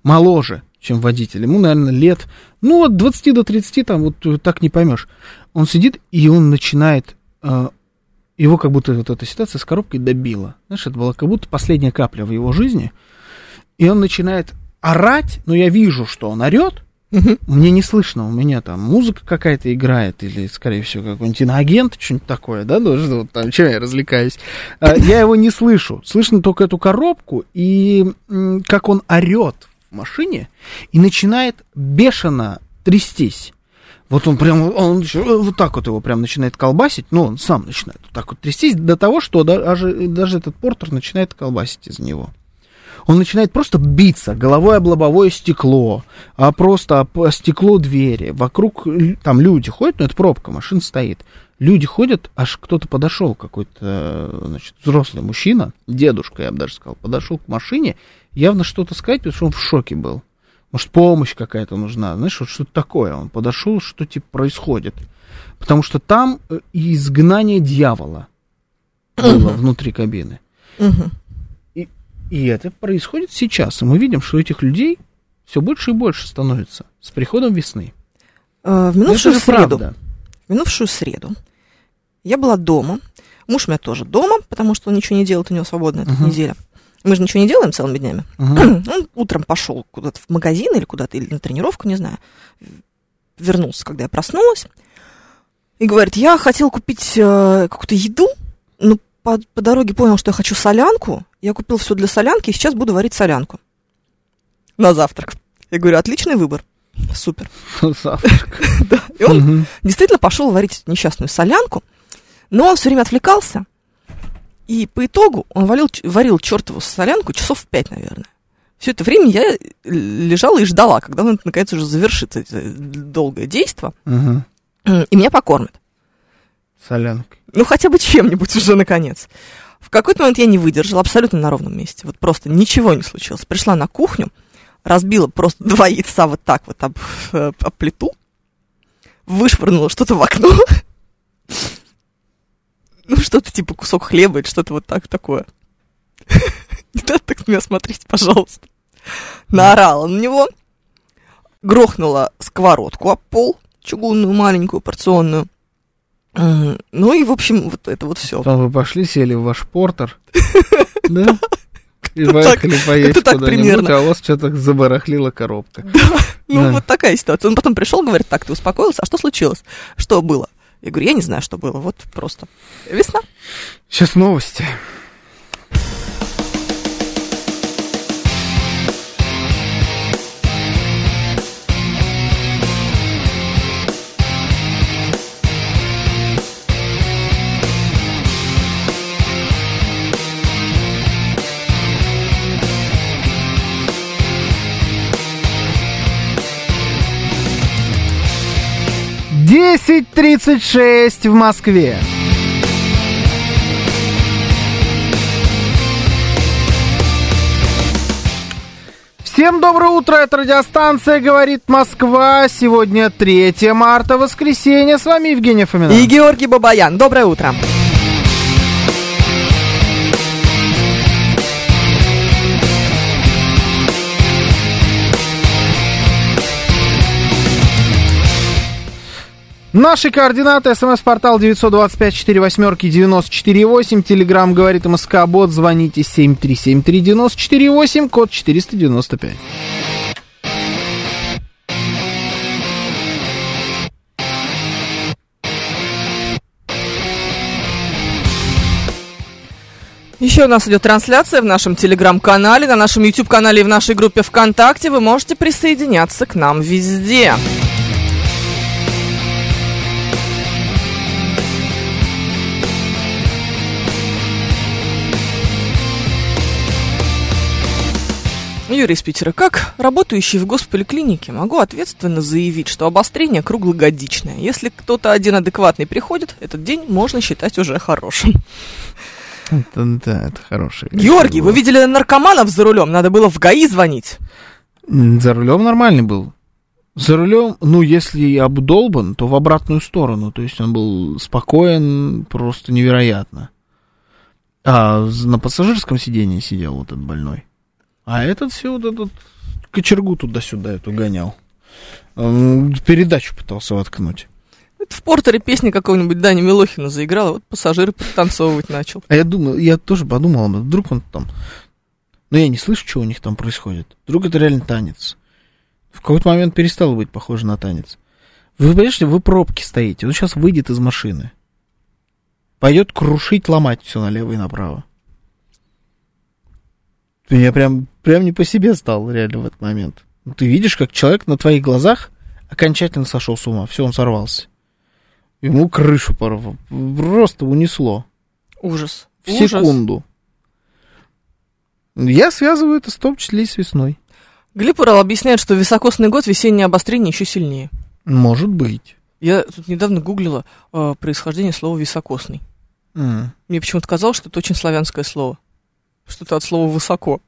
A: моложе, чем водитель. Ему, наверное, лет, ну, от 20 до 30, там вот э, так не поймешь. Он сидит, и он начинает э, его как будто вот эта ситуация с коробкой добила. Знаешь, это была как будто последняя капля в его жизни. И он начинает орать, но я вижу, что он орет.
B: Мгм.
A: Мне не слышно, у меня там музыка какая-то играет, или, скорее всего, какой-нибудь иноагент, что-нибудь такое, да, ну, что вот там, чем я развлекаюсь. А, Я его не слышу. Слышно только эту коробку, и м, как он орет в машине и начинает бешено трястись. Вот он прям, он ещё, э, вот так вот его прям начинает колбасить, ну, он сам начинает вот так вот трястись, до того, что да- даже, даже этот портер начинает колбасить из него. Он начинает просто биться головой об лобовое стекло, а просто об э, стекло двери. Вокруг лю- там люди ходят, ну это пробка, машина стоит. Люди ходят, аж кто-то подошел, какой-то э, значит, взрослый мужчина, дедушка, я бы даже сказал, подошел к машине, явно что-то сказать, потому что он в шоке был. Может, помощь какая-то нужна, знаешь, вот что-то такое. Он подошел, что типа происходит. Потому что там э, изгнание дьявола было внутри кабины. Ну,
B: Мгм.
A: И это происходит сейчас. И мы видим, что этих людей все больше и больше становится с приходом весны.
B: Э, В минувшую
A: это же
B: среду.
A: правда.
B: В минувшую среду я была дома. Муж у меня тоже дома, потому что он ничего не делает, у него свободная тут
A: Мгм.
B: неделя. Мы же ничего не делаем целыми днями.
A: Мгм.
B: Он утром пошел куда-то в магазин или куда-то, или на тренировку, не знаю. Вернулся, когда я проснулась. И говорит, я хотел купить э, какую-то еду, но по, по дороге понял, что я хочу солянку. Я купил все для солянки, и сейчас буду варить солянку на завтрак. Я говорю, отличный выбор. Супер.
A: Завтрак.
B: Да. И он
A: Мгм.
B: действительно пошел варить эту несчастную солянку, но он все время отвлекался, и по итогу он валил, ч- варил чертову солянку часов в пять, наверное. Все это время я э, лежала и ждала, когда он наконец уже завершит это долгое действо,
A: Мгм.
B: и меня покормят.
A: Солянка.
B: Ну, хотя бы чем-нибудь уже, наконец. В какой-то момент я не выдержала, абсолютно на ровном месте. Вот просто ничего не случилось. Пришла на кухню, разбила просто два яйца вот так вот об, э, об плиту, вышвырнула что-то в окно. Ну, что-то типа кусок хлеба или что-то вот так такое. Не надо так на меня смотреть, пожалуйста. Наорала на него, грохнула сковородку об пол, чугунную маленькую, порционную. М, Ну и, в общем, вот это вот все.
A: Потом вы пошли, сели в ваш портер. Да? И поехали
B: это
A: поесть
B: так
A: куда-нибудь,
B: примерно.
A: а у вас что-то забарахлила коробка.
B: Ну,
A: Да.
B: вот такая ситуация. Он потом пришел, говорит, так, ты успокоился, а что случилось? Что было? Я говорю, я не знаю, что было, вот просто. Весна.
A: Сейчас новости. Десять тридцать шесть в Москве. Всем доброе утро, это радиостанция «Говорит Москва». Сегодня 3 марта, воскресенье. С вами Евгений Фомина.
B: И Георгий Бабаян. Доброе утро.
A: Наши координаты. СМС-портал 925-48-94-8. Телеграмм «Говорит МСК». Бот. Звоните 7373948, код 495.
B: Еще у нас идет трансляция в нашем телеграм-канале, на нашем YouTube-канале и в нашей группе ВКонтакте. Вы можете присоединяться к нам везде. Юрий из Питера. Как работающий в госполиклинике могу ответственно заявить, что обострение круглогодичное. Если кто-то один адекватный приходит, этот день можно считать уже хорошим.
A: Это, да, это хороший.
B: Георгий, вы видели наркоманов за рулем? Надо было в ГАИ звонить.
A: М, За рулем нормальный был. За рулем, ну, если и обдолбан, то в обратную сторону. То есть он был спокоен просто невероятно. А з- на пассажирском сидении сидел вот этот больной. А этот все вот этот кочергу туда-сюда эту гонял. М, Передачу пытался воткнуть.
B: Это в Портере песня какого-нибудь Дани Милохина заиграла, вот пассажир подтанцовывать начал.
A: А я думал, я тоже подумал, вдруг он там Но я не слышу, что у них там происходит. Вдруг это реально танец. В какой-то момент перестало быть похоже на танец. Вы понимаете, вы пробки стоите. Он сейчас выйдет из машины. Пойдет крушить, ломать все налево и направо. Я прям, прям не по себе стал реально в этот момент. Ну, Ты видишь, как человек на твоих глазах окончательно сошел с ума. Все, он сорвался. Ему крышу порвало. Просто унесло.
B: Ужас.
A: В секунду. Я связываю это в том числе и с весной.
B: Глеб Урал объясняет, что високосный год весеннее обострение еще сильнее.
A: Может быть.
B: Я тут недавно гуглила э, происхождение слова високосный.
A: М.
B: Мне почему-то казалось, что это очень славянское слово. Что-то от слова высоко.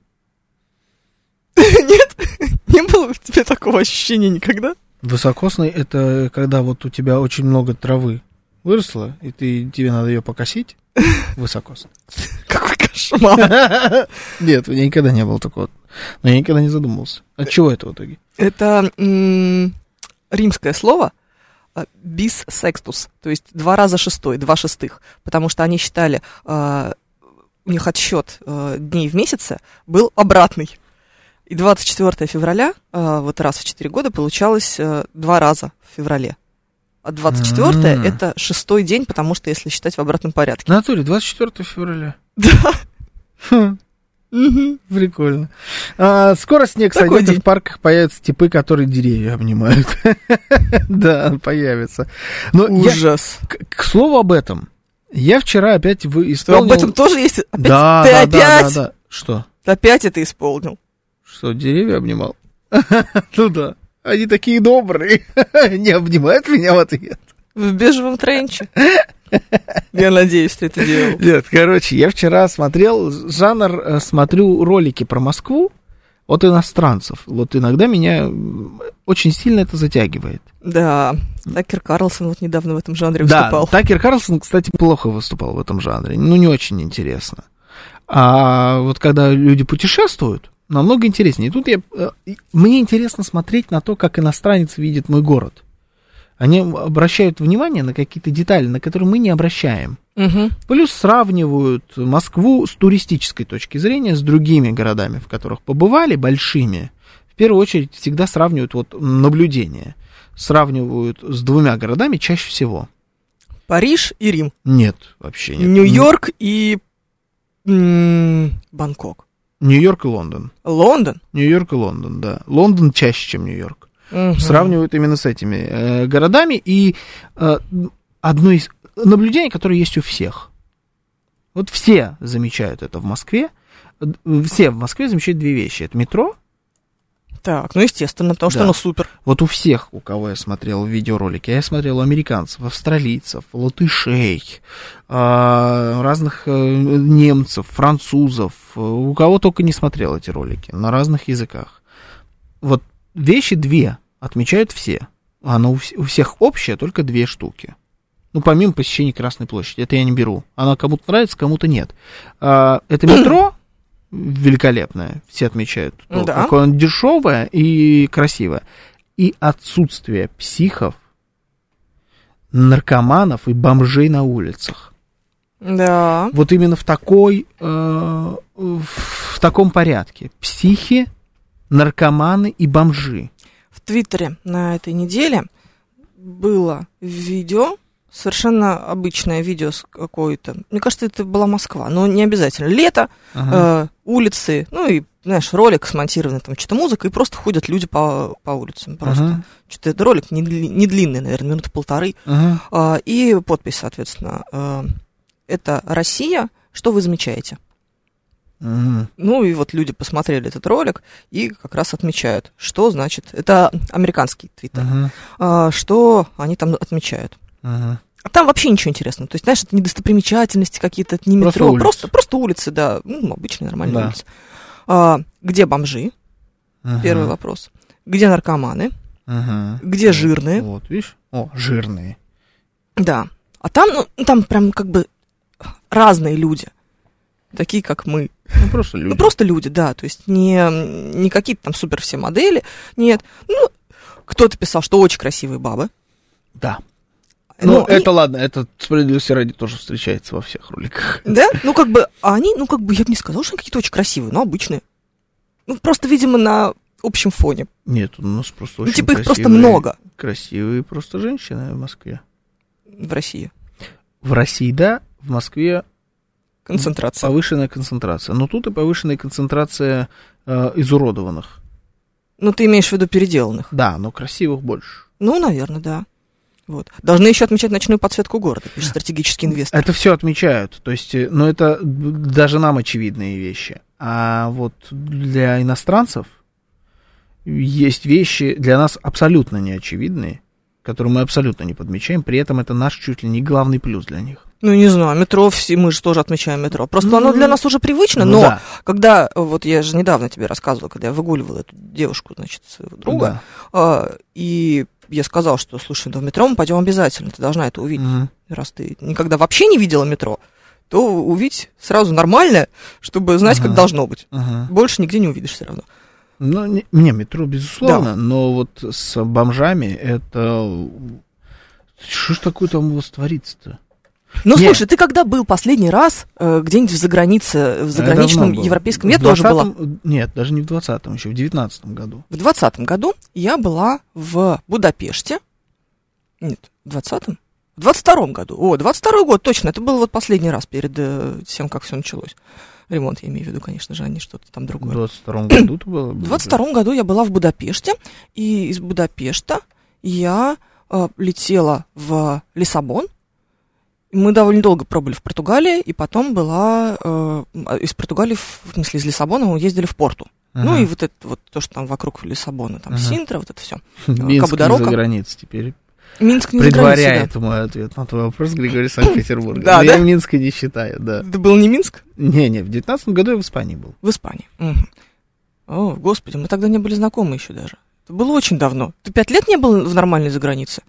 B: Нет? Не было у тебя такого ощущения никогда?
A: Высокосный это когда вот у тебя очень много травы выросло, и ты, тебе надо ее покосить. Высокосный.
B: Какой кошмар.
A: Нет, у меня никогда не было такого. Но я никогда не задумывался. От чего это в итоге?
B: Это м, римское слово а, bis sextus, то есть два раза шестой, два шестых, потому что они считали, а, у них отсчет а, дней в месяце был обратный. И 24 февраля, а, вот раз в 4 года, получалось а, два раза в феврале. А 24
A: М.
B: это шестой день, потому что если считать в обратном
A: В
B: порядке.
A: натуре 24 февраля.
B: Да.
A: Хм,
B: Мгм.
A: Прикольно. А, скоро снег
B: Такой
A: сойдет, и
B: день.
A: в парках появятся типы, которые деревья обнимают. Да, появятся. Но я-
B: Ужас.
A: к к слову об этом. Я вчера опять вы
B: Что, Ну, Об
A: исполнил...
B: этом тоже есть. Опять-
A: Да,
B: ты
A: да, да,
B: опять,
A: да, да. Что?
B: опять это исполнил.
A: Что, деревья обнимал? Ну да. Они такие добрые. Не обнимают меня в ответ.
B: В бежевом тренче. Я надеюсь, что это делал.
A: Нет, короче, я вчера смотрел жанр, э, смотрю ролики про Москву от иностранцев. Вот иногда меня м, очень сильно это затягивает.
B: Да, Такер Карлсон вот недавно в этом жанре
A: Да,
B: выступал.
A: Такер Карлсон, кстати, плохо выступал в этом жанре. Ну, не очень интересно. А вот когда люди путешествуют, намного интереснее. И тут я, э, и мне интересно смотреть на то, как иностранец видит мой город. Они обращают внимание на какие-то детали, на которые мы не обращаем.
B: Мгм.
A: Плюс сравнивают Москву с туристической точки зрения с другими городами, в которых побывали, большими. В первую очередь всегда сравнивают вот наблюдение. Сравнивают с двумя городами чаще всего.
B: Париж и Рим.
A: Нет, вообще нет.
B: Нью-Йорк и м, Бангкок.
A: Н- Нью-Йорк и Лондон.
B: Лондон.
A: Нью-Йорк и Лондон, да. Лондон чаще, чем Нью-Йорк.
B: Мгм.
A: Сравнивают именно с этими э, городами. И э, одно из наблюдений, которое есть у всех. Вот все замечают это в Москве. Э, Все в Москве замечают две вещи. Это метро
B: Так, ну естественно, потому что
A: Да.
B: оно супер.
A: Вот у всех, у кого я смотрел видеоролики, а я смотрел у американцев, австралийцев, латышей, а, разных э, немцев, французов, э, у кого только не смотрел эти ролики, на разных языках. Вот вещи две отмечают все. Она у, вс- у всех общая, только две штуки. Ну, помимо посещения Красной площади. Это я не беру. Она кому-то нравится, кому-то нет. А, это метро великолепное, все отмечают. то,
B: Да.
A: Какое оно дешевое и красивое и отсутствие психов, наркоманов и бомжей на улицах.
B: Да.
A: Вот именно в такой, э, в таком порядке. Психи, наркоманы и бомжи.
B: В Твиттере на этой неделе было видео, совершенно обычное видео с какой-то. Мне кажется, это была Москва, но не обязательно. Лето, э, улицы, ну и, знаешь, ролик смонтированный, там что-то музыка, и просто ходят люди по, по улицам. Просто.
A: Ага,
B: Что-то это ролик не, дли- не длинный, наверное, минуты полторы.
A: ага.
B: А, и подпись, соответственно, э, это Россия, что вы замечаете?
A: Мгм.
B: Ну и вот люди посмотрели этот ролик и как раз отмечают, что значит, это американский твиттер,
A: Ага,
B: а, что они там отмечают.
A: ага.
B: А Там вообще ничего интересного. То есть, знаешь, это не достопримечательности какие-то, это не метро.
A: Просто
B: Просто
A: улицы.
B: улицы, просто, улицы да. Ну, обычные нормальные
A: Да.
B: улицы. А, где бомжи?
A: Ага.
B: Первый вопрос. Где наркоманы?
A: Ага.
B: Где жирные?
A: Вот, видишь? О, жирные.
B: Да. А там, ну, там прям как бы разные люди. Такие, как мы.
A: Ну, просто люди.
B: Ну, просто люди, да. То есть не, не какие-то там супер все модели. Нет. Ну, кто-то писал, что очень красивые бабы.
A: Да. Ну,
B: они-
A: это ладно, это справедливости ради тоже встречается во всех роликах.
B: Да? Ну, как бы, а они, ну, как бы, я бы не сказала, что они какие-то очень красивые, но обычные. Ну, просто, видимо, на общем фоне.
A: Нет, у нас просто
B: Ну,
A: очень
B: типа их просто
A: красивые-
B: много
A: Красивые просто женщины в Москве.
B: в России.
A: В России, да, в Москве
B: Концентрация.
A: повышенная концентрация. Но тут и повышенная концентрация э, изуродованных.
B: Ну, ты имеешь в виду переделанных.
A: Да, но красивых больше.
B: Ну, наверное, да. Вот. Должны еще отмечать ночную подсветку города, пишет стратегический инвестор.
A: Это все отмечают. То есть, э, но это д- даже нам очевидные вещи. А вот для иностранцев есть вещи для нас абсолютно неочевидные, которые мы абсолютно не подмечаем. При этом это наш чуть ли не главный плюс для них.
B: Ну, не знаю, метро, все, мы же тоже отмечаем метро. Просто
A: Ну,
B: оно для нас уже привычно,
A: Ну
B: но
A: да,
B: когда, э, вот я же недавно тебе рассказывала, когда я выгуливала эту девушку, значит, своего друга,
A: Ну
B: а, и я сказал, что, слушай, да в метро мы пойдем обязательно, ты должна
A: да.
B: это увидеть.
A: Мгм.
B: Раз ты никогда вообще не видела метро, то увидеть сразу нормально, чтобы знать, как
A: Ага.
B: должно быть.
A: Мгм.
B: Больше нигде не увидишь все равно.
A: Ну, не, не, метро, безусловно, но вот с бомжами это... Что ж такое там у вас творится-то?
B: Ну,
A: Нет.
B: слушай, ты когда был последний раз э, где-нибудь в загранице, в заграничном
A: Давно было.
B: европейском?
A: В
B: Я тоже была.
A: 20-м Нет, даже не в 20-м, еще в 19-м году.
B: В 20 году я была в Будапеште. Нет, в 20-м? В 22 году. О, 22 год, точно. Это был вот последний раз перед э, тем, как все началось. Ремонт, я имею в виду, конечно же, а не что-то там
A: В
B: другое.
A: 22-м году это было?
B: В 22 году я была в Будапеште, и из Будапешта я э, летела в Лиссабон. Мы довольно долго пробыли в Португалии, и потом была э, из Португалии, в смысле из Лиссабона, мы ездили в Порту. Ну и вот это вот то, что там вокруг Лиссабона, там
A: Ага.
B: Синтра, вот это все.
A: Минск
B: Кабударока.
A: за границей теперь
B: Минск не за границей,
A: предваряет мой ответ на твой вопрос, Григорий Санкт-Петербург.
B: Да,
A: Я
B: да?
A: Минска не считаю,
B: да.
A: да.
B: Это был не Минск?
A: Не-не, в 19-м году я в Испании был.
B: В Испании. Мгм. О, господи, мы тогда не были знакомы еще даже. Это было очень давно. Ты пять лет не был в нормальной загранице?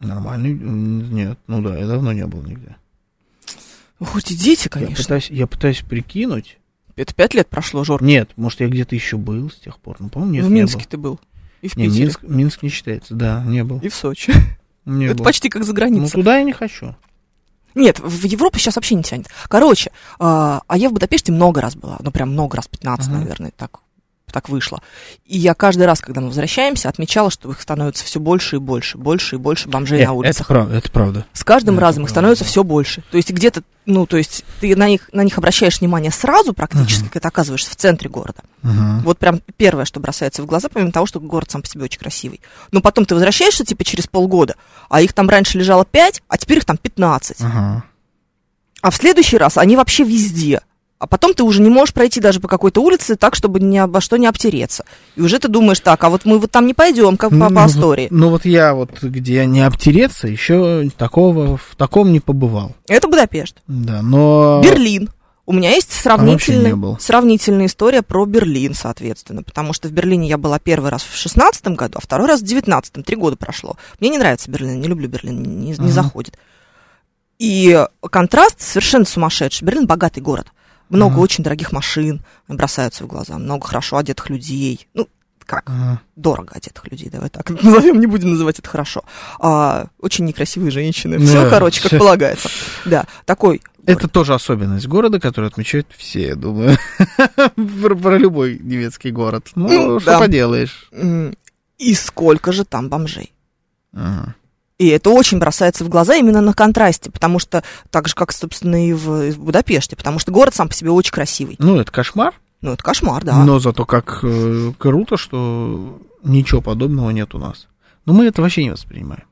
A: Нормальный? м, Нет, ну да, я давно не был нигде.
B: Хоть и дети,
A: Я
B: конечно.
A: пытаюсь, я пытаюсь прикинуть,
B: Это пять лет прошло, Жор.
A: Нет, может, я где-то еще был с тех пор. Ну, по-моему, нет,
B: в
A: не
B: Минске ты был. И в
A: был. Не,
B: Питере.
A: Минск, Минск не считается, да, не был.
B: И в Сочи.
A: Не
B: Это
A: был.
B: почти как за
A: Ну,
B: границей.
A: туда я не хочу.
B: Нет, в Европу сейчас вообще не тянет. Короче, а а я в Будапеште много раз была. Ну, прям много раз, 15,
A: Ага.
B: наверное, так, так вышло. И я каждый раз, когда мы возвращаемся, отмечала, что их становится все больше и больше, больше и больше бомжей на улицах.
A: правда, Э, это правда.
B: С каждым
A: Это
B: разом их
A: правда,
B: становится
A: да.
B: все больше. То есть где-то, ну, то есть ты на них, на них обращаешь внимание сразу практически,
A: Мгм.
B: когда ты оказываешься в центре города. Вот прям первое, что бросается в глаза, помимо того, что город сам по себе очень красивый. Но потом ты возвращаешься, типа, через полгода, а их там раньше лежало 5, а теперь их там 15.
A: Ага.
B: А в следующий раз они вообще везде. А потом ты уже не можешь пройти даже по какой-то улице так, чтобы ни обо что не обтереться. И уже ты думаешь так, а вот мы вот там не пойдем, как по, по
A: Ну,
B: истории.
A: Ну, вот я вот, где не обтереться, еще такого, в таком не побывал.
B: Это Будапешт.
A: Да, но...
B: Берлин. У меня есть
A: А вообще не
B: сравнительный,
A: был.
B: сравнительная история про Берлин, соответственно, потому что в Берлине я была первый раз в шестнадцатом году, а второй раз в девятнадцатом, три года прошло. Мне не нравится Берлин, не люблю Берлин, не, не
A: Ага.
B: заходит. И контраст совершенно сумасшедший. Берлин богатый город. Много
A: Ага.
B: очень дорогих машин бросаются в глаза, много хорошо одетых людей. Ну, как?
A: Ага.
B: Дорого одетых людей, давай так назовем, не будем называть это хорошо. А, очень некрасивые женщины. Все,
A: Да,
B: короче, как
A: всё.
B: полагается. Да, такой
A: Это тоже особенность города, которую отмечают все, я думаю. про, про любой немецкий город. Ну,
B: Ну,
A: что
B: да.
A: поделаешь.
B: М, И сколько же там бомжей?
A: Ага.
B: И это очень бросается в глаза именно на контрасте, потому что так же, как, собственно, и в, и в Будапеште, потому что город сам по себе очень красивый.
A: Ну, это кошмар.
B: Ну, это кошмар, да.
A: Но зато как э, круто, что ничего подобного нет у нас. Но мы это вообще не воспринимаем.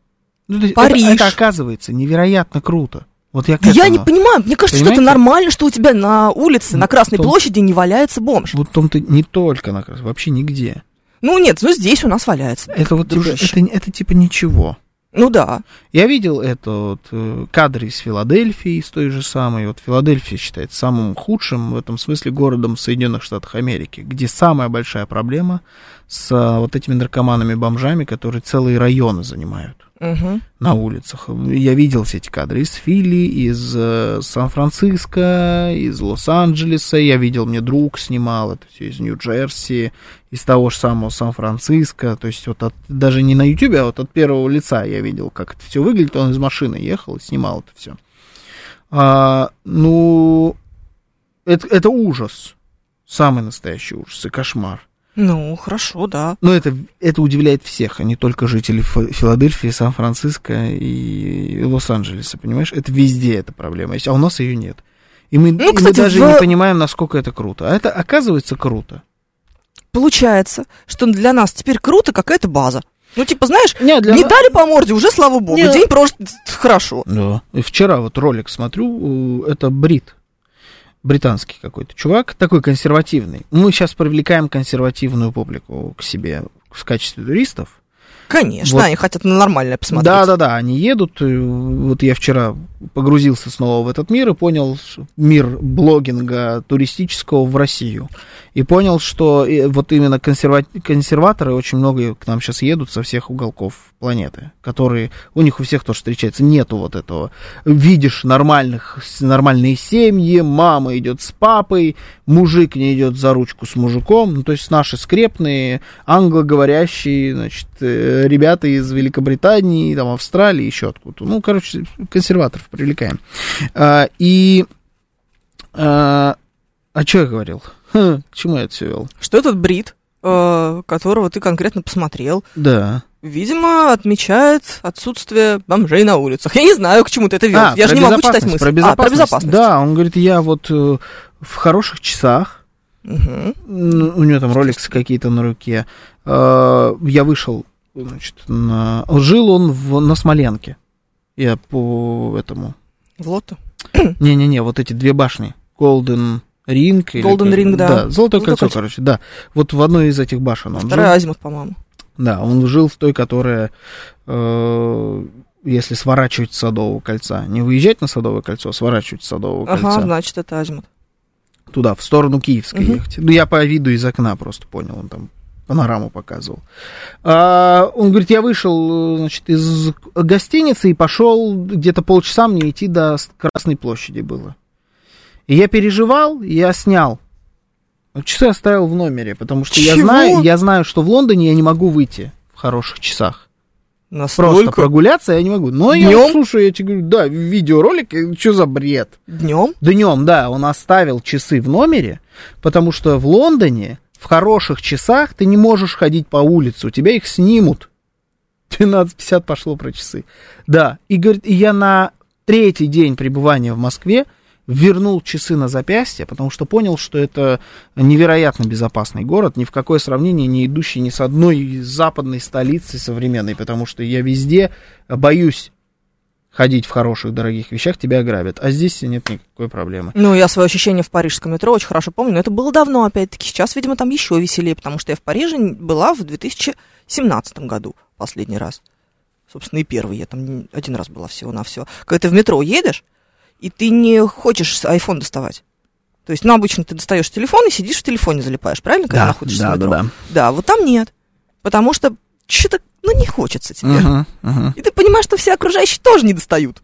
A: Ну, то есть это-
B: Париж.
A: Это, оказывается невероятно круто. Вот я к
B: Да я не
A: этому.
B: понимаю, мне кажется, что это
A: Понимаете?
B: нормально, что у тебя на улице, на
A: Ну,
B: Красной
A: то-
B: площади не валяется бомж.
A: Вот в том-то не только на Красной, вообще нигде.
B: Ну нет, ну здесь у нас валяется.
A: Это вот типа,
B: Дружище.
A: это, это типа ничего.
B: Ну да.
A: Я видел это вот, э, кадры из Филадельфии, из той же самой. Вот Филадельфия считается самым худшим в этом смысле городом в Соединенных Штатах Америки, где самая большая проблема с э, вот этими наркоманами-бомжами, которые целые районы занимают.
B: Мгм.
A: на улицах. Я видел все эти кадры из Фили, из э, Сан-Франциско, из Лос-Анджелеса. Я видел, мне друг снимал это все из Нью-Джерси, из того же самого Сан-Франциско. То есть вот от, даже не на Ютубе, а вот от первого лица я видел, как это все выглядит. Он из машины ехал и снимал это А, все. ну, это, это ужас. Самый настоящий ужас и кошмар.
B: Ну, хорошо, да.
A: Но это, это удивляет всех, а не только жителей Фа- Филадельфии, Сан-Франциско и Лос-Анджелеса, понимаешь? Это везде эта проблема есть, а у нас ее нет. И мы, и мы
B: Ну, кстати,
A: даже
B: в-
A: не понимаем, насколько это круто. А это оказывается круто.
B: Получается, что для нас теперь круто какая-то база. Ну, типа, знаешь,
A: Не,
B: не дали по морде, уже, слава богу,
A: Не.
B: день просто хорошо.
A: Да. И вчера вот ролик смотрю, э, это брит. Британский какой-то чувак, такой консервативный. Мы сейчас привлекаем консервативную публику к себе в качестве туристов.
B: Конечно,
A: Вот.
B: они хотят на нормальное посмотреть.
A: Да, да, да, они едут. и Вот я вчера погрузился снова в этот мир и понял ш- мир блогинга туристического в Россию. И понял, что э, вот именно консерва- консерваторы очень много к нам сейчас едут со всех уголков планеты, которые у них у всех тоже встречается. Нету вот этого. Видишь нормальных, с- нормальные семьи, мама идет с папой, мужик не идет за ручку с мужиком. Ну, то есть наши скрепные, англоговорящие, значит, э, ребята из Великобритании, там, Австралии, еще откуда-то. Ну, короче, консерваторов привлекаем. А, и... А, а что я говорил? Хм, к чему я это все вел?
B: Что этот брит, э, которого ты конкретно посмотрел,
A: Да.
B: видимо, отмечает отсутствие бомжей на улицах. Я не знаю, к чему ты это вел.
A: А,
B: Я
A: про
B: же не могу читать
A: безопасность,
B: мысли.
A: Про безопасность.
B: А, про безопасность.
A: Да, он говорит, я вот э, в хороших часах,
B: Мгм.
A: Ну, у него там роликсы какие-то на руке. Э, Я вышел, значит, на... жил он в... на Смоленке. Я по этому.
B: В лото.
A: Не-не-не, вот эти две башни. Golden Ring. или
B: Golden
A: как-
B: Ring, да.
A: Золотое
B: Золотое
A: кольцо,
B: кольцо.
A: короче, да. Вот в одной из этих башен он жил.
B: Вторая азимут, по-моему.
A: Да, он жил в той, которая, э, если сворачивать с Садового кольца, не выезжать на Садовое кольцо, а сворачивать с Садового
B: Ага,
A: кольца
B: значит, это азимут.
A: туда, в сторону Киевской
B: Мгм.
A: ехать. Ну, я по виду из окна просто понял, он там панораму показывал. А, он говорит, я вышел, э, значит, из гостиницы и пошел где-то полчаса мне идти до с- Красной площади было. И я переживал, и я снял. Часы оставил в номере, потому что я
B: Чего?
A: знаю, я знаю, что в Лондоне я не могу выйти в хороших часах. Просто
B: Настолько
A: прогуляться я не могу. Но я
B: Днём?
A: вот слушаю, я тебе говорю, да, видеоролик, что за бред?
B: днем.
A: Днем, да, он оставил часы в номере, потому что в Лондоне в хороших часах ты не можешь ходить по улице, у тебя их снимут. 12.50 пошло про часы. Да, и говорит, и я на третий день пребывания в Москве вернул часы на запястье, потому что понял, что это невероятно безопасный город, ни в какое сравнение не идущий ни с одной западной столицей современной, потому что я везде боюсь ходить в хороших, дорогих вещах, тебя ограбят. А здесь нет никакой проблемы.
B: Ну, я свое ощущение в парижском метро очень хорошо помню, но это было давно, опять-таки. Сейчас, видимо, там еще веселее, потому что я в Париже н- была в 2017 году последний раз. Собственно, и первый. Я там н- один раз была всего-навсего. Когда ты в метро едешь, и ты не хочешь iPhone доставать. То есть, ну, обычно ты достаешь телефон и сидишь в телефоне залипаешь, правильно, когда находишься в метро? Да, вот там нет. Потому что что-то, ну, не хочется тебе. И ты понимаешь, что все окружающие тоже не достают.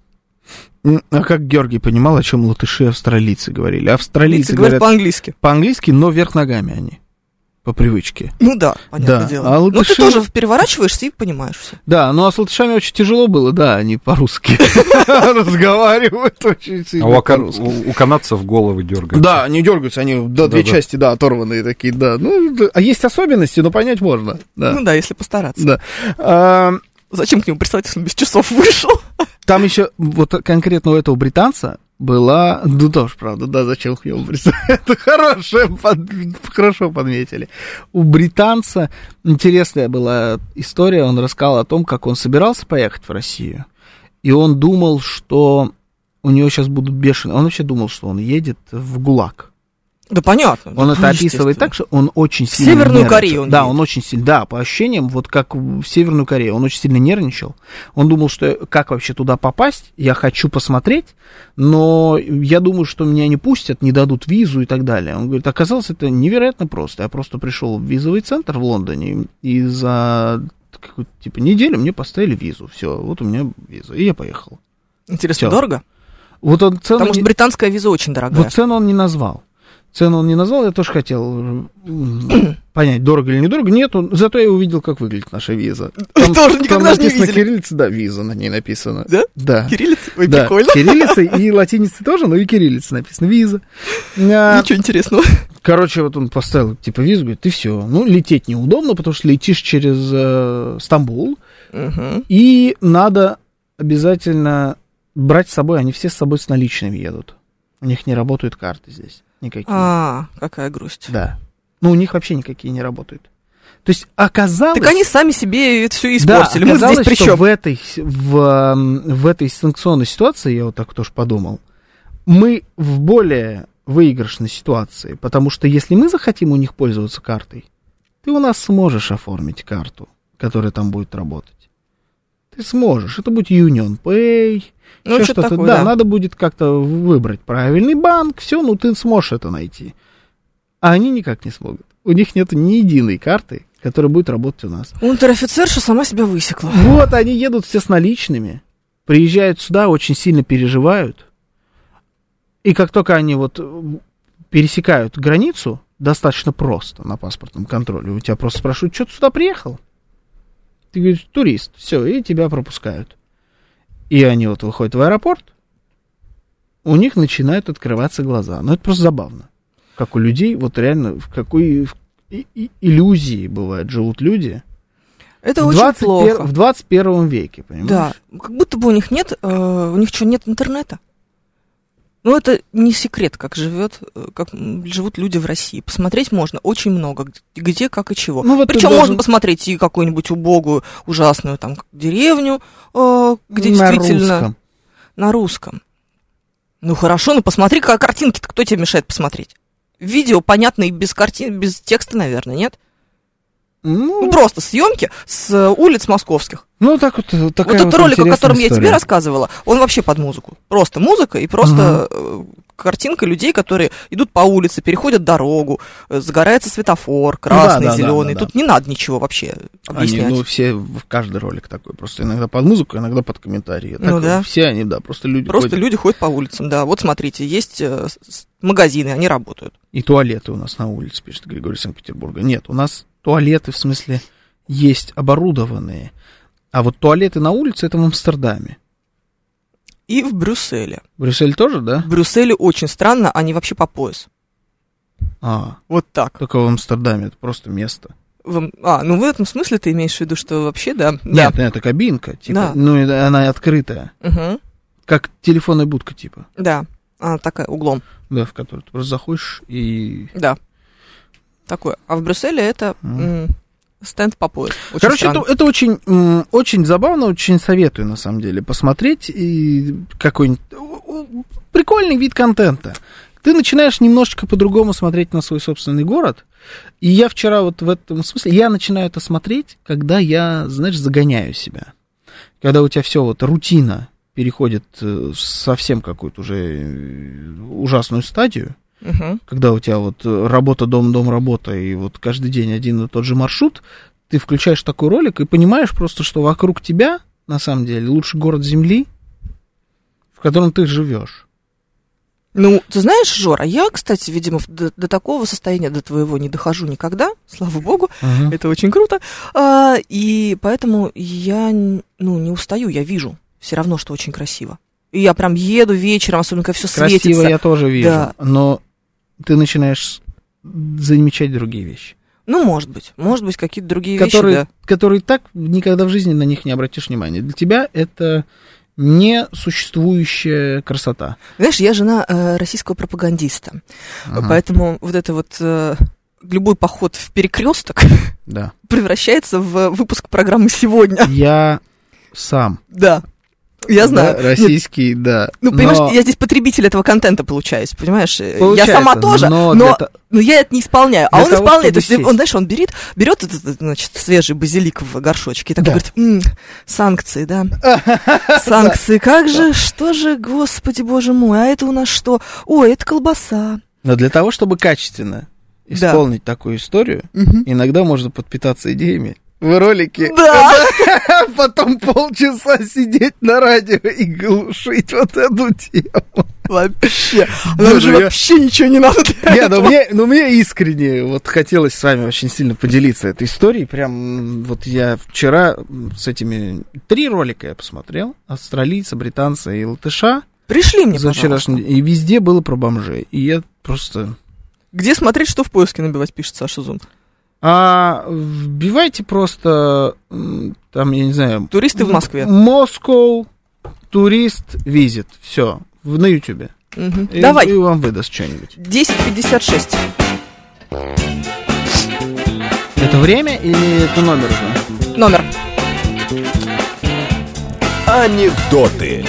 A: А как Георгий понимал, о чем латыши и австралийцы говорили? Австралийцы
B: Лица говорят
A: говорят
B: по-английски.
A: по-английски, но вверх ногами они. По привычке.
B: Ну да, понятное
A: Да,
B: дело.
A: а
B: Но
A: латыши-
B: ты тоже переворачиваешься и понимаешь все.
A: Да, ну а с латышами очень тяжело было, да, они по-русски разговаривают очень
D: А
A: сильно.
D: у, акан-
A: по-русски.
D: у- у канадцев головы дергаются.
A: Да, они дергаются, они да, две
D: Да-да.
A: части, да, оторванные такие, да. Ну, да, а есть особенности, но понять можно. Да.
B: Ну да, если постараться.
A: да. А,
B: Зачем к нему приставать, если он без часов вышел?
A: Там еще вот конкретно у этого британца была, ну тоже правда, да, зачем к нему бриться? Это хорошее, под- хорошо подметили. У британца интересная была история, он рассказал о том, как он собирался поехать в Россию, и он думал, что у него сейчас будут бешеные, он вообще думал, что он едет в ГУЛАГ.
B: Да понятно.
A: Он это описывает так, что он очень
B: Ну, В
A: сильно
B: Северную
A: нервничал.
B: Корею он
A: Да,
B: едет.
A: он очень сильно, да, по ощущениям, вот как в Северную Корею, он очень сильно нервничал. Он думал, что как вообще туда попасть, я хочу посмотреть, но я думаю, что меня не пустят, не дадут визу и так далее. Он говорит, оказалось, это невероятно просто. Я просто пришел в визовый центр в Лондоне, и за какую-то, типа, неделю мне поставили визу. Все, вот у меня виза, и я поехал.
B: Интересно,
A: Всё.
B: дорого?
A: Вот он цену
B: Потому
A: не-
B: что британская виза очень дорогая.
A: вот цену он не назвал. Цену он не назвал, я тоже хотел м, понять, дорого или недорого. Нет, он, зато я увидел, как выглядит наша виза.
B: Тоже никогда ж не
A: написано
B: видели.
A: кириллица, да, виза на ней написано.
B: Да?
A: Да.
B: Кириллица? Ой,
A: Да,
B: прикольно.
A: кириллица и латиницей тоже, но и кириллица написано, виза. А,
B: Ничего интересного.
A: Короче, вот он поставил, типа, визу, говорит, и все. Ну, лететь неудобно, потому что летишь через э, Стамбул,
B: Мгм.
A: и надо обязательно брать с собой, они все с собой с наличными едут. У них не работают карты здесь никакие.
B: А, какая грусть.
A: Да. Ну, у них вообще никакие не работают. То есть оказалось...
B: Так они сами себе это все
A: Да,
B: испортили. Мы
A: оказалось,
B: здесь при
A: что
B: чем?
A: в этой, с- в, эм, в этой санкционной ситуации, я вот так тоже подумал, мы в более выигрышной ситуации, потому что если мы захотим у них пользоваться картой, ты у нас сможешь оформить карту, которая там будет работать. Ты сможешь. Это будет Union Pay,
B: Ну,
A: ещё
B: что-то такое,
A: да,
B: да.
A: надо будет как-то выбрать правильный банк, все, ну ты сможешь это найти. А они никак не смогут. У них нет ни единой карты, которая будет работать у нас.
B: Унтер-офицерша сама себя высекла.
A: Вот, они едут все с наличными, приезжают сюда, очень сильно переживают. И как только они вот э, пересекают границу, достаточно просто на паспортном контроле. У тебя просто спрашивают, что ты сюда приехал? Ты говоришь, турист, все, и тебя пропускают. И они вот выходят в аэропорт, у них начинают открываться глаза. Ну, это просто забавно. Как у людей, вот реально, в какой в- и- и- иллюзии бывает, живут люди,
B: Это
A: в
B: очень
A: 21
B: плохо.
A: В 21 веке, понимаешь?
B: Да, Ну, как будто бы у них нет, э, у них что, нет интернета? Ну, это не секрет, как живет, э, как м, живут люди в России. Посмотреть можно очень много, г- где, как и чего.
A: Ну, вот ты
B: Причем
A: должен-
B: можно посмотреть и какую-нибудь убогую, ужасную там к- деревню, э, где
A: На
B: действительно
A: русском.
B: на русском. Ну хорошо, ну посмотри, как картинки-то кто тебе мешает посмотреть? Видео понятно и без картин, без текста, наверное, нет? Ну,
A: Ну,
B: просто съемки с э, улиц московских.
A: ну, так вот, э, такая
B: вот этот ролик, о
A: интересная
B: котором я тебе
A: история.
B: рассказывала, он вообще под музыку. Просто музыка и просто э, картинка людей, которые идут по улице, переходят дорогу, э, загорается светофор, красный,
A: Ну да, да,
B: зеленый.
A: да, да.
B: Тут не надо ничего вообще
A: Они,
B: объяснять.
A: ну, все, в каждый ролик такой, просто иногда под музыку, иногда под комментарии.
B: Ну
A: Так,
B: да.
A: Все они, да, просто люди
B: просто
A: ходят.
B: люди ходят по улицам, да. Вот смотрите, есть э, с- с- магазины, они работают.
A: И туалеты у нас на улице, пишет Григорий из Санкт-Петербурга. Нет, у нас туалеты, в смысле, есть оборудованные. А вот туалеты на улице, это в Амстердаме.
B: И в Брюсселе.
A: Брюссель тоже, да?
B: В Брюсселе очень странно, они вообще по пояс.
A: А,
B: Вот так.
A: только в Амстердаме, это просто место.
B: В- А, ну в этом смысле ты имеешь в виду, что вообще, да.
A: Нет, ну, это кабинка, типа,
B: Да.
A: ну, и она открытая,
B: Да. Мгм.
A: как телефонная будка, типа.
B: Да. Она такая углом.
A: Да, в который ты просто заходишь и...
B: Да. Такое. А в Брюсселе это
A: Мгм.
B: м, стенд по пояс. Очень
A: Короче, это,
B: странно.
A: это очень, м, очень забавно, очень советую, на самом деле, посмотреть и какой-нибудь... у- у- Прикольный вид контента. Ты начинаешь немножечко по-другому смотреть на свой собственный город. И я вчера вот в этом смысле... Я начинаю это смотреть, когда я, знаешь, загоняю себя. Когда у тебя все вот рутина переходит э, в совсем какую-то уже э, ужасную стадию,
B: Мгм.
A: когда у тебя вот э, работа, дом, дом, работа, и вот каждый день один и тот же маршрут, ты включаешь такой ролик и понимаешь просто, что вокруг тебя, на самом деле, лучший город Земли, в котором ты живешь.
B: Ну, ты знаешь, Жора, я, кстати, видимо, в- до, до такого состояния, до твоего не дохожу никогда, слава богу, это очень круто. А, и поэтому я н- ну, не устаю, я вижу все равно, что очень красиво. И я прям еду вечером, особенно когда все
A: Красиво
B: светится.
A: я тоже вижу,
B: Да.
A: но ты начинаешь замечать другие вещи,
B: Ну, может быть. Может быть, какие-то другие
A: которые,
B: вещи,
A: которые так никогда в жизни на них не обратишь внимания. Для тебя это несуществующая красота.
B: да. Знаешь, я жена э, российского пропагандиста.
A: Ага,
B: Поэтому вот это вот э, любой поход в перекресток
A: Да.
B: превращается в выпуск программы сегодня.
A: Я сам.
B: Да. Я
A: да,
B: знаю. Нет,
A: российский, да.
B: ну, понимаешь,
A: но-
B: я здесь потребитель этого контента получаюсь, понимаешь? Э,
A: Получается,
B: я сама тоже,
A: но
B: но,
A: для то-
B: но я это не исполняю. А
A: для
B: он
A: того,
B: исполняет.
A: чтобы
B: То есть
A: сесть.
B: он, знаешь, он берет, берет этот, этот, значит, свежий базилик в горшочке и такой
A: Да.
B: говорит, «М, санкции, да. Санкции, как же, что же, господи, боже мой, а это у нас что? О, это колбаса.
A: Но для того, чтобы качественно
B: Да.
A: исполнить такую историю,
B: Мгм.
A: иногда можно подпитаться идеями в ролике,
B: Да.
A: а потом полчаса сидеть на радио и глушить вот эту тему.
B: Вообще.
A: Боже,
B: Нам же
A: я-
B: вообще ничего не надо. для
A: Не, ну
B: этого.
A: мне, ну мне искренне вот хотелось с вами очень сильно поделиться этой историей. Прям вот я вчера с этими... Три ролика я посмотрел. Австралийца, британца и латыша.
B: Пришли мне,
A: за
B: пожалуйста.
A: вчерашний день. И везде было про бомжей. И я просто...
B: Где смотреть, что в поиске набивать, пишет Саша Зум.
A: А вбивайте просто, м, там, я не знаю,
B: Туристы в Москве.
A: Москва, турист, визит. Все, на Ютубе.
B: Мгм.
A: И-
B: Давай.
A: И вам выдаст что-нибудь.
B: 10.56.
A: Это время или это номер уже?
B: Номер.
E: Анекдоты.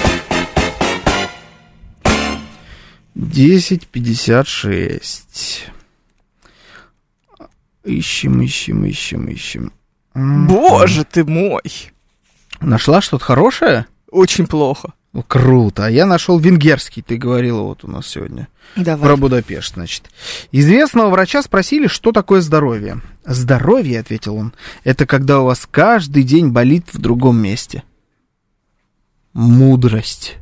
A: 10.56. Ищем, ищем, ищем, ищем. М.
B: Боже ты мой.
A: Нашла что-то хорошее?
B: Очень плохо.
A: О, Круто. А я нашел венгерский, ты говорила вот у нас сегодня.
B: Давай.
A: Про Будапешт, значит. Известного врача спросили, что такое здоровье. Здоровье, ответил он, это когда у вас каждый день болит в другом месте. Мудрость.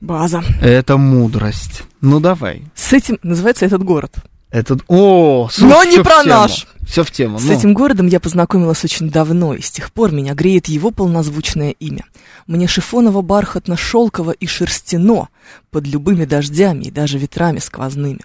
B: База.
A: Это мудрость. Ну давай.
B: С этим называется этот город.
A: Это... О,
B: Но не про наш.
A: Все в тему.
B: С
A: ну.
B: этим городом я познакомилась очень давно, и с тех пор меня греет его полнозвучное имя. Мне шифоново, бархатно, шелково и шерстяно, под любыми дождями и даже ветрами сквозными.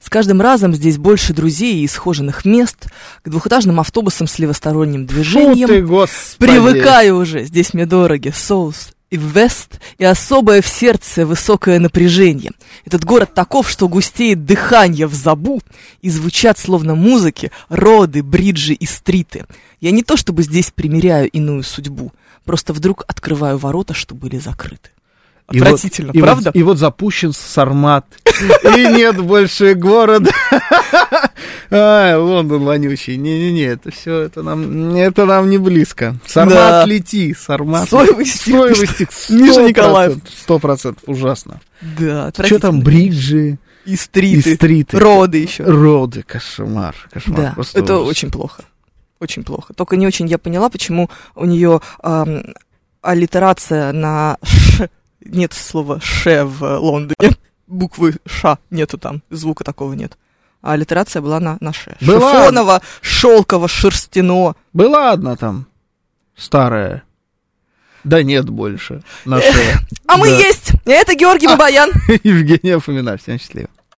B: С каждым разом здесь больше друзей и схоженных мест, к двухэтажным автобусам с левосторонним
A: Фу
B: движением.
A: ты, господи.
B: Привыкаю уже, здесь мне дороги, соус и вест, и особое в сердце высокое напряжение. Этот город таков, что густеет дыхание в забу, и звучат словно музыки роды, бриджи и стриты. Я не то чтобы здесь примеряю иную судьбу, просто вдруг открываю ворота, что были закрыты.
A: И вот-
B: Отвратительно,
A: и вот-
B: правда?
A: и вот запущен Сармат. И нет больше города. Ай, Лондон вонючий. Не-не-не, это все, это нам, это нам не близко.
B: Да.
A: Сармат лети, Сармат.
B: Соевый стик.
A: Соевый стик.
B: Миша Николаев.
A: Сто процентов ужасно.
B: Да,
A: Что там,
B: отвратительно.
A: бриджи
B: И
A: и
B: стриты,
A: стриты?
B: роды еще.
A: Роды, кошмар, кошмар.
B: Да,
A: просто
B: это
A: ужас.
B: очень плохо. Очень плохо. Только не очень я поняла, почему у нее ам, аллитерация на ш. Нет слова ше в Лондоне. Буквы ша нету там, звука такого нет. А аллитерация была на, на ше.
A: Была.
B: Шифоново, шелково, шерстяно.
A: Была одна там, старая. Да нет больше. Наша
B: А мы
A: Да. А!
B: есть! Это Георгий Бабаян.
A: Евгения Фомина. Всем счастливо.